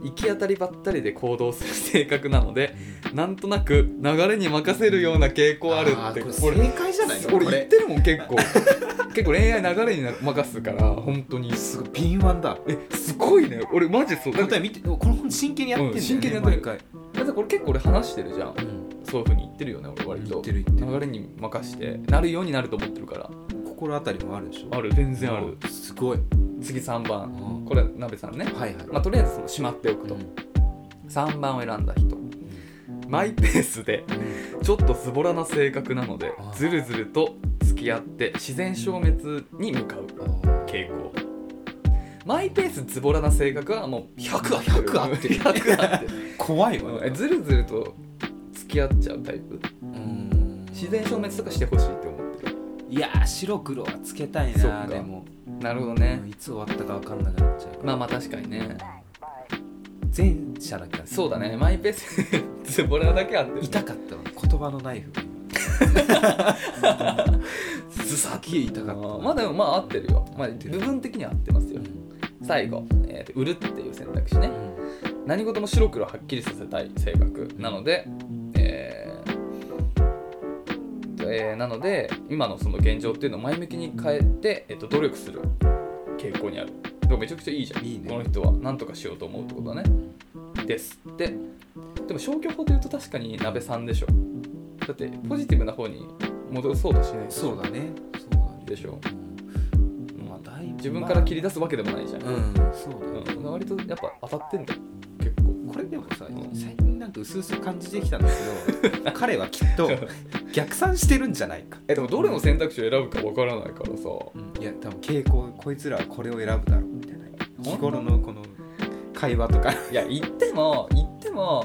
[SPEAKER 2] 行き当たりばったりで行動する性格なのでなんとなく流れに任せるような傾向あるって
[SPEAKER 1] ーこれ
[SPEAKER 2] 俺
[SPEAKER 1] 正解じゃないの
[SPEAKER 2] 俺
[SPEAKER 1] こ
[SPEAKER 2] 言っ
[SPEAKER 1] れ
[SPEAKER 2] てるもん結構 *laughs* 結構恋愛流れに任すから本当に
[SPEAKER 1] すごい敏腕だ
[SPEAKER 2] えすごいね俺マジそうだって
[SPEAKER 1] 答え見てこの本真剣にやってんだよ
[SPEAKER 2] うん
[SPEAKER 1] ね
[SPEAKER 2] 真剣にやってる
[SPEAKER 1] 毎回
[SPEAKER 2] だってこれ結構俺話してるじゃん
[SPEAKER 1] うん
[SPEAKER 2] そういう風に言ってるよね俺割
[SPEAKER 1] 言っ
[SPEAKER 2] と
[SPEAKER 1] てる言ってる
[SPEAKER 2] 流れに任してなるようになると思ってるから
[SPEAKER 1] 心当たりもあるでしょ
[SPEAKER 2] ある全然ある
[SPEAKER 1] うんすごい
[SPEAKER 2] 次3番
[SPEAKER 1] うん
[SPEAKER 2] これなべさんね
[SPEAKER 1] はいはい
[SPEAKER 2] まあとりあえずそのしまっておくと、3番を選んだ人マイペースでちょっとズボラな性格なので
[SPEAKER 1] あー
[SPEAKER 2] ずるずると付き合って自然消滅に向かう傾向マイペースズボラな性格はもう100は
[SPEAKER 1] 合
[SPEAKER 2] 100
[SPEAKER 1] ってる
[SPEAKER 2] 100合ってる
[SPEAKER 1] *laughs* 怖い
[SPEAKER 2] うん
[SPEAKER 1] わ
[SPEAKER 2] えずるずると付き合っちゃうタイプ
[SPEAKER 1] うん
[SPEAKER 2] 自然消滅とかしてほしいって思ってる
[SPEAKER 1] いやー白黒はつけたい
[SPEAKER 2] そっ
[SPEAKER 1] な
[SPEAKER 2] か
[SPEAKER 1] でも
[SPEAKER 2] なるほど
[SPEAKER 1] うんいつ終わったか分かんなくなっちゃうから
[SPEAKER 2] まあまあ確かにね
[SPEAKER 1] 前者だけど
[SPEAKER 2] そうだねマイペースズボラだけあってる
[SPEAKER 1] 痛かったわ言葉のナイフがずさっき痛かった
[SPEAKER 2] まあでもまあ合ってるよ、まあ、
[SPEAKER 1] 合ってる
[SPEAKER 2] 部分的には合ってますよ
[SPEAKER 1] うん
[SPEAKER 2] 最後、えーと売るっていう選択肢ね
[SPEAKER 1] うん
[SPEAKER 2] 何事も白黒はっきりさせたい性格なので、えーえーなので今のその現状っていうのを前向きに変えて、えっと努力する傾向にあるでもめちゃくちゃいいじゃん
[SPEAKER 1] いいね
[SPEAKER 2] この人は何とかしようと思うってことだねですででも消去法で言うと確かに鍋さんでしょだってポジティブな方に戻そうとしない
[SPEAKER 1] そうだねそうだね
[SPEAKER 2] でしょ
[SPEAKER 1] うんまあだいぶ
[SPEAKER 2] 自分から切り出すわけでもないじゃん、
[SPEAKER 1] まあうんそうだね、
[SPEAKER 2] うん割とやっぱ当たってんだよ結構
[SPEAKER 1] これでもさ
[SPEAKER 2] うん
[SPEAKER 1] 最近なんか薄々感じてきたんだけど彼はきっと逆算してるんじゃないか、
[SPEAKER 2] えでもどれの選択肢を選ぶかわからないからさ
[SPEAKER 1] いや多分傾向こいつらはこれを選ぶだろうみたいな日頃のこの会話とか *laughs*
[SPEAKER 2] いや言っても言っても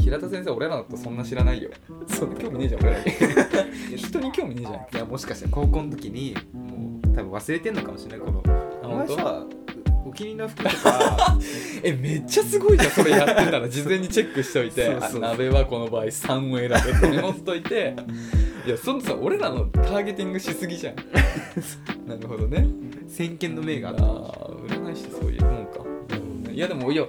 [SPEAKER 2] 平田先生俺らのことそんな知らないよ
[SPEAKER 1] そう
[SPEAKER 2] 興味ねえじゃん俺らに *laughs* 人に興味ねえじゃん
[SPEAKER 1] いやもしかしたら高校の時にもう多分忘れてんのかもしれないこのお前さお気に入りの服と *laughs* か
[SPEAKER 2] えめっちゃすごいじゃんそれやってたら事前にチェックしといて *laughs*
[SPEAKER 1] そうそうそう
[SPEAKER 2] あ鍋はこの場合3を選べってメモっとい *laughs* ていやそもそも俺らのターゲティングしすぎじゃ *laughs* んなるほどね
[SPEAKER 1] 先見の明があ
[SPEAKER 2] あ
[SPEAKER 1] っ
[SPEAKER 2] あ
[SPEAKER 1] た
[SPEAKER 2] ー占い師ってそういうもんか、いやでもいや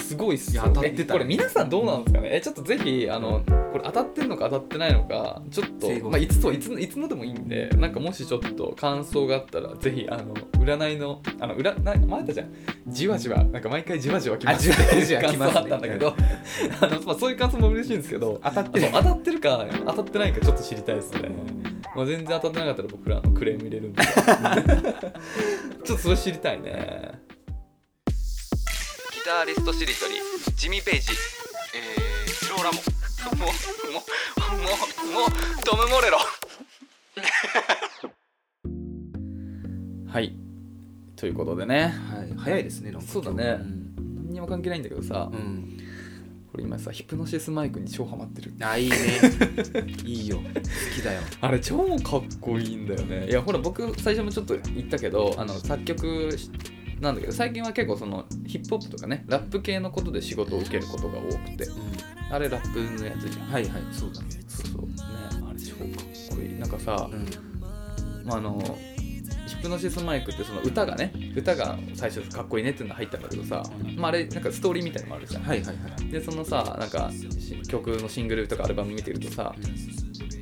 [SPEAKER 2] すごいっすよ
[SPEAKER 1] いや当たってた
[SPEAKER 2] えこれ皆さんどうなんですかねえちょっとぜひあのこれ当たってんのか当たってないのかちょっと
[SPEAKER 1] 整、合
[SPEAKER 2] まあ、いつといついつのでもいいんでなんかもしちょっと感想があったらぜひあの占いのあの占い前あったじゃんじわじわなんか毎回じわじわ来ます
[SPEAKER 1] あじわじわ
[SPEAKER 2] 感
[SPEAKER 1] 来ますね
[SPEAKER 2] 想あったんだけど、あのまあ、そういう感想も嬉しいんですけど
[SPEAKER 1] *laughs* 当たって
[SPEAKER 2] あ
[SPEAKER 1] る
[SPEAKER 2] そう当たってるか当たってないかちょっと知りたいですね、まあ、全然当たってなかったら僕らあのクレーム入れるんで *laughs* ちょっとそれ知りたいねギタリストしりとりジミー・ペイジ
[SPEAKER 3] えー、スローラモ
[SPEAKER 2] もうもうもうもうトム・モレロ *laughs* はいということでね
[SPEAKER 1] はい、早いですねなんか
[SPEAKER 2] そうだね
[SPEAKER 1] うん
[SPEAKER 2] 何にも関係ないんだけどさ、
[SPEAKER 1] うん、
[SPEAKER 2] これ今さヒプノシスマイクに超ハマってる
[SPEAKER 1] あい *laughs* いねいいよ好きだよ
[SPEAKER 2] あれ超かっこいいんだよねいやほら僕最初もちょっと言ったけどあの作曲しなんだけど最近は結構そのヒップホップとかねラップ系のことで仕事を受けることが多くて
[SPEAKER 1] う
[SPEAKER 2] あれラップのやつじゃん
[SPEAKER 1] ん、はいはいそうだね
[SPEAKER 2] そうそうねあれ超かっこいいなんかさ、
[SPEAKER 1] うん
[SPEAKER 2] まあ、あのヒプノシスマイクってその歌がね歌が最初かっこいいねっていうのが入ったんだけどさ、まあ、あれなんかストーリーみたいのもあるじゃん
[SPEAKER 1] はいはいはい
[SPEAKER 2] でそのさなんかし曲のシングルとかアルバム見てるとさ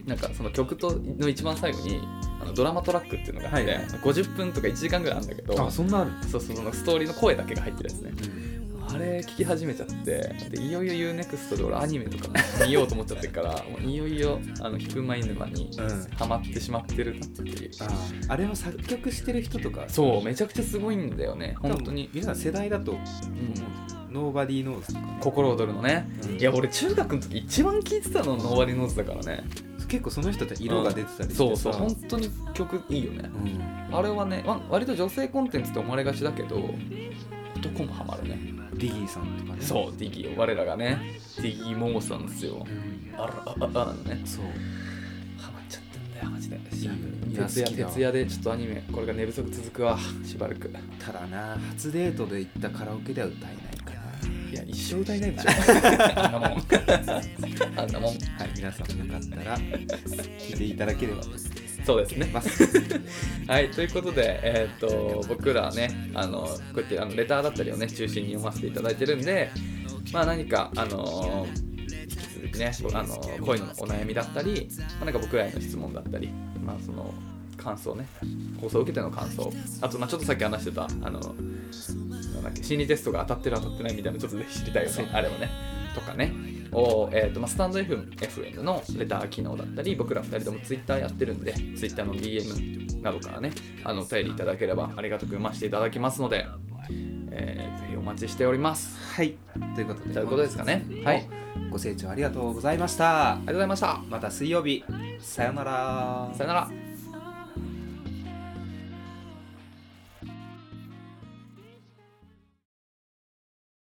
[SPEAKER 2] なんかその曲との一番最後にあのドラマトラックっていうのが入って、
[SPEAKER 1] はいはい
[SPEAKER 2] 50分とか1時間ぐらいあるんだけど
[SPEAKER 1] あそんなある、
[SPEAKER 2] そうそうそのストーリーの声だけが入ってるやつね
[SPEAKER 1] うん、
[SPEAKER 2] あれ聞き始めちゃってでいよいよ UNEXT で俺アニメとか見ようと思っちゃってるからもういよいよあのヒプマイヌマに
[SPEAKER 1] うん
[SPEAKER 2] ハマってしまってるなっていう、
[SPEAKER 1] ああれも作曲してる人とか
[SPEAKER 2] そうめちゃくちゃすごいんだよね
[SPEAKER 1] 多分
[SPEAKER 2] 本当に、
[SPEAKER 1] 皆さん世代だと
[SPEAKER 2] うん、
[SPEAKER 1] ノーバディーノーズとかね
[SPEAKER 2] 心躍るのねいや俺中学の時一番聴いてたのノーバリーノーズだからね
[SPEAKER 1] 結構その人って色が出てたりしてさ
[SPEAKER 2] そうそう本当に曲いいよね
[SPEAKER 1] うん
[SPEAKER 2] あれはねわ割と女性コンテンツって思われがちだけど男もハマるね
[SPEAKER 1] リギーさんとかね
[SPEAKER 2] そうディギー我らがねディギーモモさんですよ
[SPEAKER 1] うん
[SPEAKER 2] あらあああらのね
[SPEAKER 1] そう
[SPEAKER 2] ハマっちゃってんだよマジで
[SPEAKER 1] いや
[SPEAKER 2] 徹夜
[SPEAKER 1] 好きだわ
[SPEAKER 2] 徹夜でちょっとアニメこれが寝不足続くわしばらく
[SPEAKER 1] ただな初デートで行ったカラオケでは歌えないかない
[SPEAKER 2] や一生歌えないでしょ *laughs* あんなもんあんなもん
[SPEAKER 1] はい皆さんもよかったら聞いていただければと思い
[SPEAKER 2] そうですね
[SPEAKER 1] ます
[SPEAKER 2] はい、ということで、えー、と僕らはねあのこうやってあのレターだったりをね中心に読ませていただいてるんで、まあ、何か、あのー引き続きね、あのー恋のお悩みだったり、まあ、なんか僕らへの質問だったり、まあ、その感想ね放送を受けての感想あと、まあ、ちょっとさっき話してたあのなんだっけ心理テストが当たってる当たってないみたいなのちょっとぜひ知りたいよねあれもねとかねを、えーとまあ、スタンド FM, FM のレター機能だったり僕ら2人ともツイッターやってるんでツイッターの DM などからねあのお便りいただければありがたく読ませていただきますので、えーぜひお待ちしております
[SPEAKER 1] はいということで
[SPEAKER 2] ということですかね
[SPEAKER 1] 本日も
[SPEAKER 2] はい
[SPEAKER 1] ご清聴ありがとうございました
[SPEAKER 2] ありがとうございました
[SPEAKER 1] また水曜日さよなら
[SPEAKER 2] さよなら